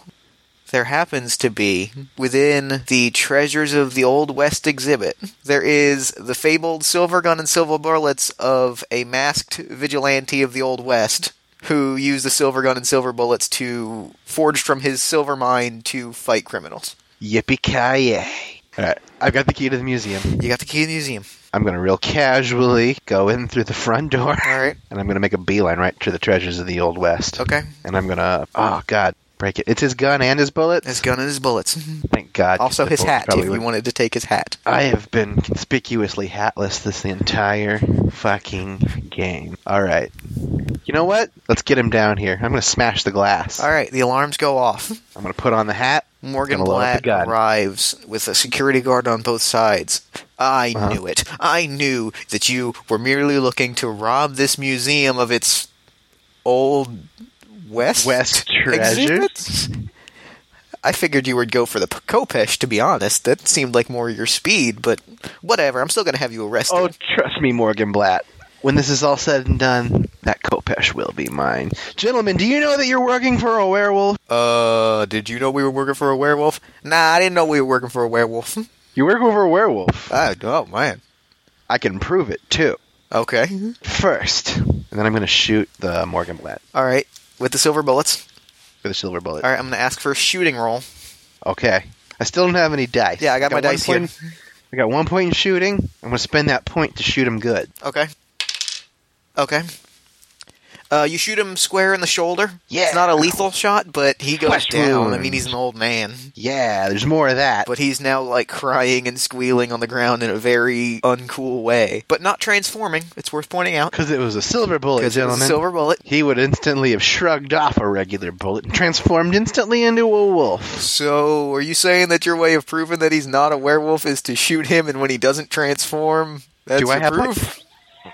there happens to be within the Treasures of the Old West exhibit, there is the fabled silver gun and silver bullets of a masked vigilante of the Old West who used the silver gun and silver bullets to forged from his silver mine to fight criminals.
Yippee ki yay! All right, I've got the key to the museum.
You got the key to the museum.
I'm going to real casually go in through the front door.
All right.
and I'm gonna make a beeline right to the treasures of the old west.
Okay.
And I'm gonna oh god, break it. It's his gun and his bullet.
His gun and his bullets.
Thank God.
Also
The
his
bullet
hat if
probably
you
wouldn't-
wanted to take his hat.
I have been conspicuously hatless this entire fucking game. All right. You know what? Let's get him down here. I'm gonna smash the glass.
All right, the alarms go off.
I'm gonna put on the hat.
Morgan
Gonna load up the
Blatt
gun.
arrives with a security guard on both sides. I
Uh-huh.
knew it. I knew that you were merely looking to rob this museum of its old West
West
exhibits. I figured you would go for the P- Kopesh. To be honest, that seemed like more your speed. But whatever, I'm still going to have you arrested.
Oh, trust me, Morgan Blatt. When this is all said and done, that Kopesh will be mine. Gentlemen, do you know that you're working for a werewolf?
Uh, did you know we were working for a werewolf? Nah, I didn't know we were working for a werewolf.
You work for a werewolf.
I, oh man.
I can prove it, too.
Okay.
first, and then I'm going to shoot the Morgan Blatt
All right. With the silver bullets.
with a silver bullet.
All right, I'm gonna ask for a shooting roll.
Okay. I still don't have any dice.
Yeah, I got my
one
dice here.
point- I got one point in shooting. I'm going to spend that point to shoot him good.
Okay. Okay. Uh, you shoot him square in the shoulder.
Yeah.
It's not a lethal shot, but he goes
Flesh
down. I
wound.
mean, he's an old man.
Yeah, there's more of that.
But he's now like crying and squealing on the ground in a very uncool way, but not transforming. It's worth pointing out
Because it was a silver bullet,
because it was
gentlemen.
a silver bullet.
He would instantly have shrugged off a regular bullet and transformed instantly into a wolf.
So, are you saying that your way of proving that he's not a werewolf is to shoot him, and when he doesn't transform, that's
Do I
your
have, like,
proof?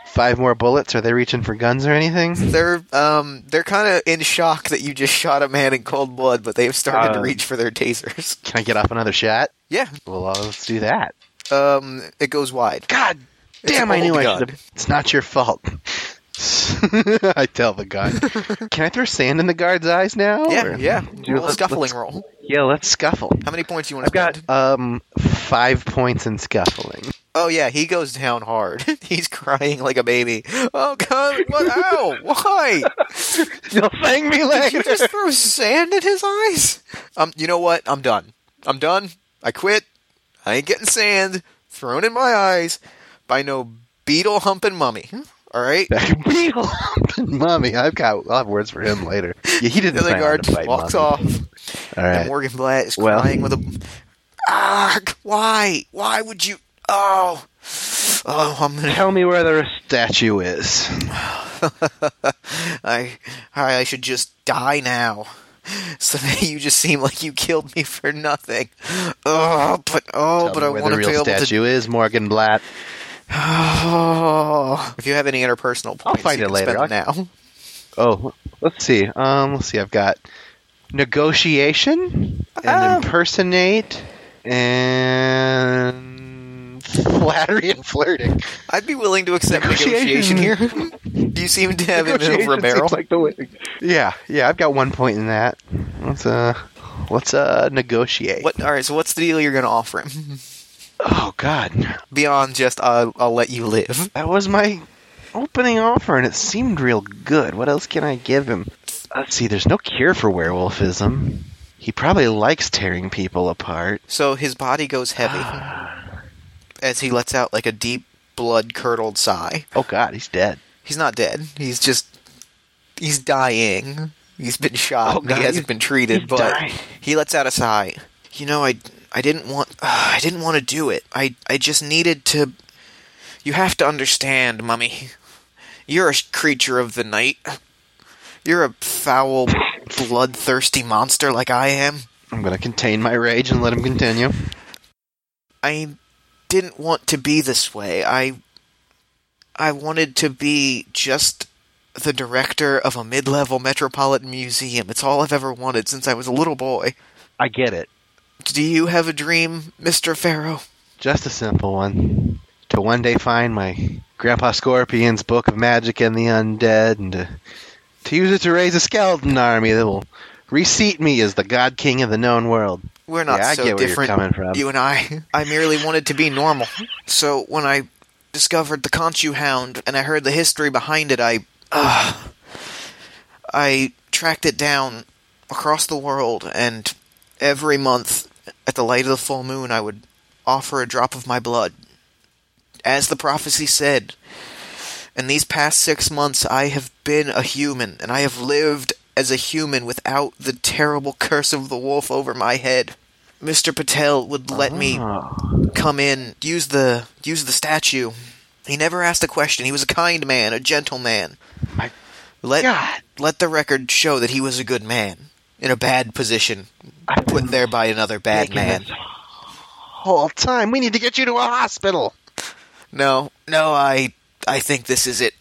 Five more bullets? Are they reaching for guns or anything?
They're um they're kind of in shock that you just shot a man in cold blood, but they've started
Uh,
to
Um.
reach for their tasers.
Can I get off another shot?
Yeah,
Well, let's do that.
um, it goes wide.
God
It's
damn, I
an
knew
old
I
gun.
should have. It's not your fault. I tell the guard. Can I throw sand in the guard's eyes now?
Yeah,
or-
yeah.
Dude,
Roll a
let's-
scuffling
let's-
roll.
Yeah, let's.
Scuffle.
How many points do you want to
I've got-
spend?
Um, five points in scuffling.
Oh yeah, he goes down hard. He's crying like a baby. Oh god, what? Ow! Why?
You'll thank me
Did you
later.
just throw sand in his eyes? Um, you know what? I'm done. I'm done. I quit. I ain't getting sand thrown in my eyes by no beetle humping mummy.
Hmm.
All right.
Beetle, mummy. I've got. I'll have words for him later. Yeah, he didn't.
The other
plan on
guard
to
just
fight
walks
mummy.
off,
All
and
right.
Morgan Blatt is
Well-
crying with a. Ah! Why? Why would you? Oh, oh! I'm gonna
Tell me where the rest.
Statue is.
I, I I should just die now. So now you just seem like you killed me for nothing. Oh, but oh,
Tell
but
me
I
where
want
the
to be
real
able to.
statue is Morgan Blatt.
Oh. If you have any interpersonal points,
I'll find
you
it
can
later.
Spend them now.
Oh, let's see. Um, let's see. I've got negotiation and
Ah.
impersonate and flattery and flirting.
I'd be willing to accept negotiation,
Negotiation.
here. Do you seem to have it
Negotiation
over a
seems
barrel?
Like the way.
Yeah, yeah. I've got one point in that. Let's uh, let's uh negotiate.
What? All right. So what's the deal you're going to offer him
Oh God,
beyond just I'll, I'll let you live?
that was my opening offer, and it seemed real good. What else can I give him? Let's see. There's no cure for werewolfism. He probably likes tearing people apart.
So his body goes heavy as he lets out like a deep blood curdled sigh.
Oh God, he's dead.
He's not dead. He's just he's dying. He's been shot.
Oh,
and
God,
he hasn't
he's-
been treated,
he's
but
dying.
he lets out a sigh. You know, I I didn't want I didn't want to do it. I I just needed to. You have to understand, mummy. You're a creature of the night. You're a foul, bloodthirsty monster like I am.
I'm gonna contain my rage and let him continue.
I didn't want to be this way. I I wanted to be just the director of a mid-level metropolitan museum. It's all I've ever wanted since I was a little boy.
I get it.
Do you have a dream, Mr. Pharaoh?
Just a simple one. To one day find my Grandpa Scorpion's Book of Magic and the Undead, and to, to use it to raise a skeleton army that will reseat me as the God King of the known world.
We're not
yeah, I
so
get where
different.
you're coming from.
You and I. I merely wanted to be normal. So when I discovered the Conchu Hound and I heard the history behind it, I uh, I tracked it down across the world, and every month at the light of the full moon, I would offer a drop of my blood, as the prophecy said. In these past six months, I have been a human, and I have lived as a human without the terrible curse of the wolf over my head. Mr. Patel would let me
Oh.
come in, use the use the statue. He never asked a question. He was a kind man, a gentle man.
My
let
God.
let the record show that he was a good man in a bad position,
I've
put
been
there by another bad
thinking
man.
this whole time. We need to get you to a hospital.
No, no, I I think this is it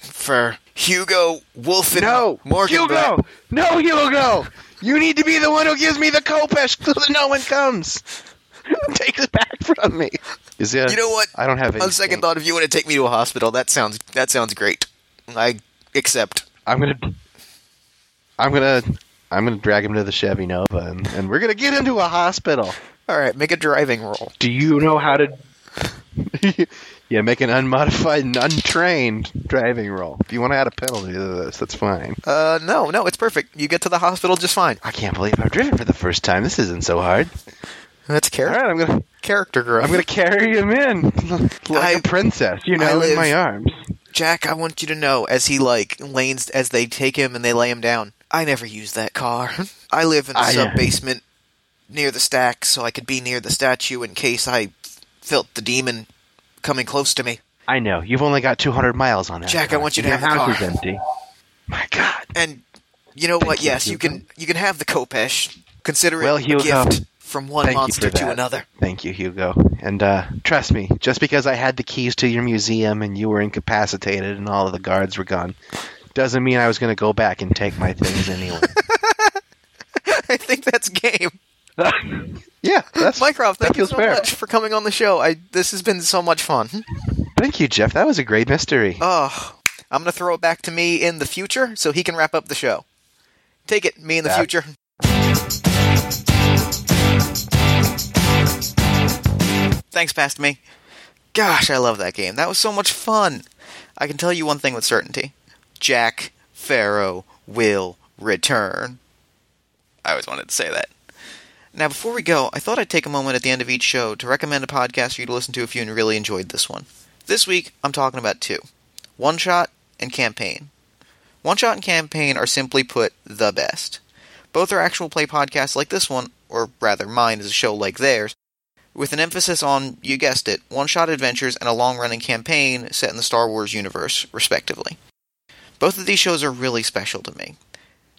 for Hugo Wolfen.
No,
Morgan
Hugo.
Black.
No, Hugo. You need to be the one who gives me the Kopesh so that no one comes. Take it back from me. Is it,
You know what?
I don't have any
On second thought, if you want to take me to a hospital, that sounds that sounds great. I accept.
I'm gonna, I'm gonna, I'm gonna drag him to the Chevy Nova, and, and we're gonna get him to a hospital.
All right, make a driving roll.
Do you know how to?
yeah, make an unmodified and untrained driving roll. If you want to add a penalty to this, that's fine.
Uh, no, no, it's perfect. You get to the hospital just fine.
I can't believe I've driven for the first time. This isn't so hard.
That's
All
character
right, I'm gonna,
character growth.
I'm gonna carry him in like
I-
a princess, you
I
know,
live-
in my arms.
Jack, I want you to know as he like lanes as they take him and they lay him down. I never use that car. I live in a
I-
sub basement near the stack, so I could be near the statue in case I felt the demon coming close to me.
I know. You
You've only got 200 miles on it.
Jack, I want you to
your
have the
house
car.
is empty.
My God.
And you know what? Yes, you can you can have the Kopesh. Consider it
Well,
a
Hugo,
gift from one
thank you
monster
for
to
that.
another.
Thank you, Hugo. And uh, trust me, just because I had the keys to your museum and you were incapacitated and all of the guards were gone, doesn't mean I was going to go back and take my things anyway.
I think that's game.
yeah, that's
Mycroft, thank
that
you
feels
so
fair.
much for coming on the show. I this has been so much fun.
Thank you, Jeff. That was a great mystery.
Oh, I'm gonna throw it back to me in the future so he can wrap up the show. Take it, me in the
Yeah.
future. Thanks, past me. Gosh, I love that game. That was so much fun. I can tell you one thing with certainty: Jack Farrow will return. I always wanted to say that. Now, before we go, I thought I'd take a moment at the end of each show to recommend a podcast for you to listen to if you really enjoyed this one. This week, I'm talking about two One Shot and Campaign. One Shot and Campaign are simply put the best. Both are actual play podcasts like this one, or rather, mine is a show like theirs, with an emphasis on, you guessed it, one shot adventures and a long running campaign set in the Star Wars universe, respectively. Both of these shows are really special to me.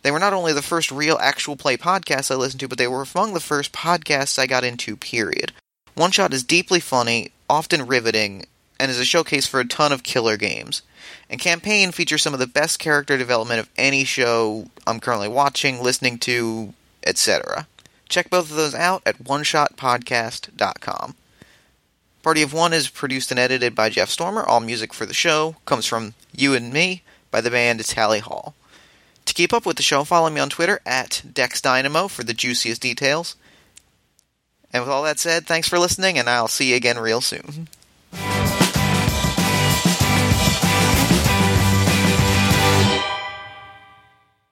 They were not only the first real actual play podcasts I listened to, but they were among the first podcasts I got into, period. One Shot is deeply funny, often riveting, and is a showcase for a ton of killer games. And Campaign features some of the best character development of any show I'm currently watching, listening to, etc. Check both of those out at oneshotpodcast.com. Party of One is produced and edited by Jeff Stormer. All music for the show comes from You and Me by the band Tally Hall. To keep up with the show, follow me on Twitter at DexDynamo for the juiciest details. And with all that said, thanks for listening, and I'll see you again real soon.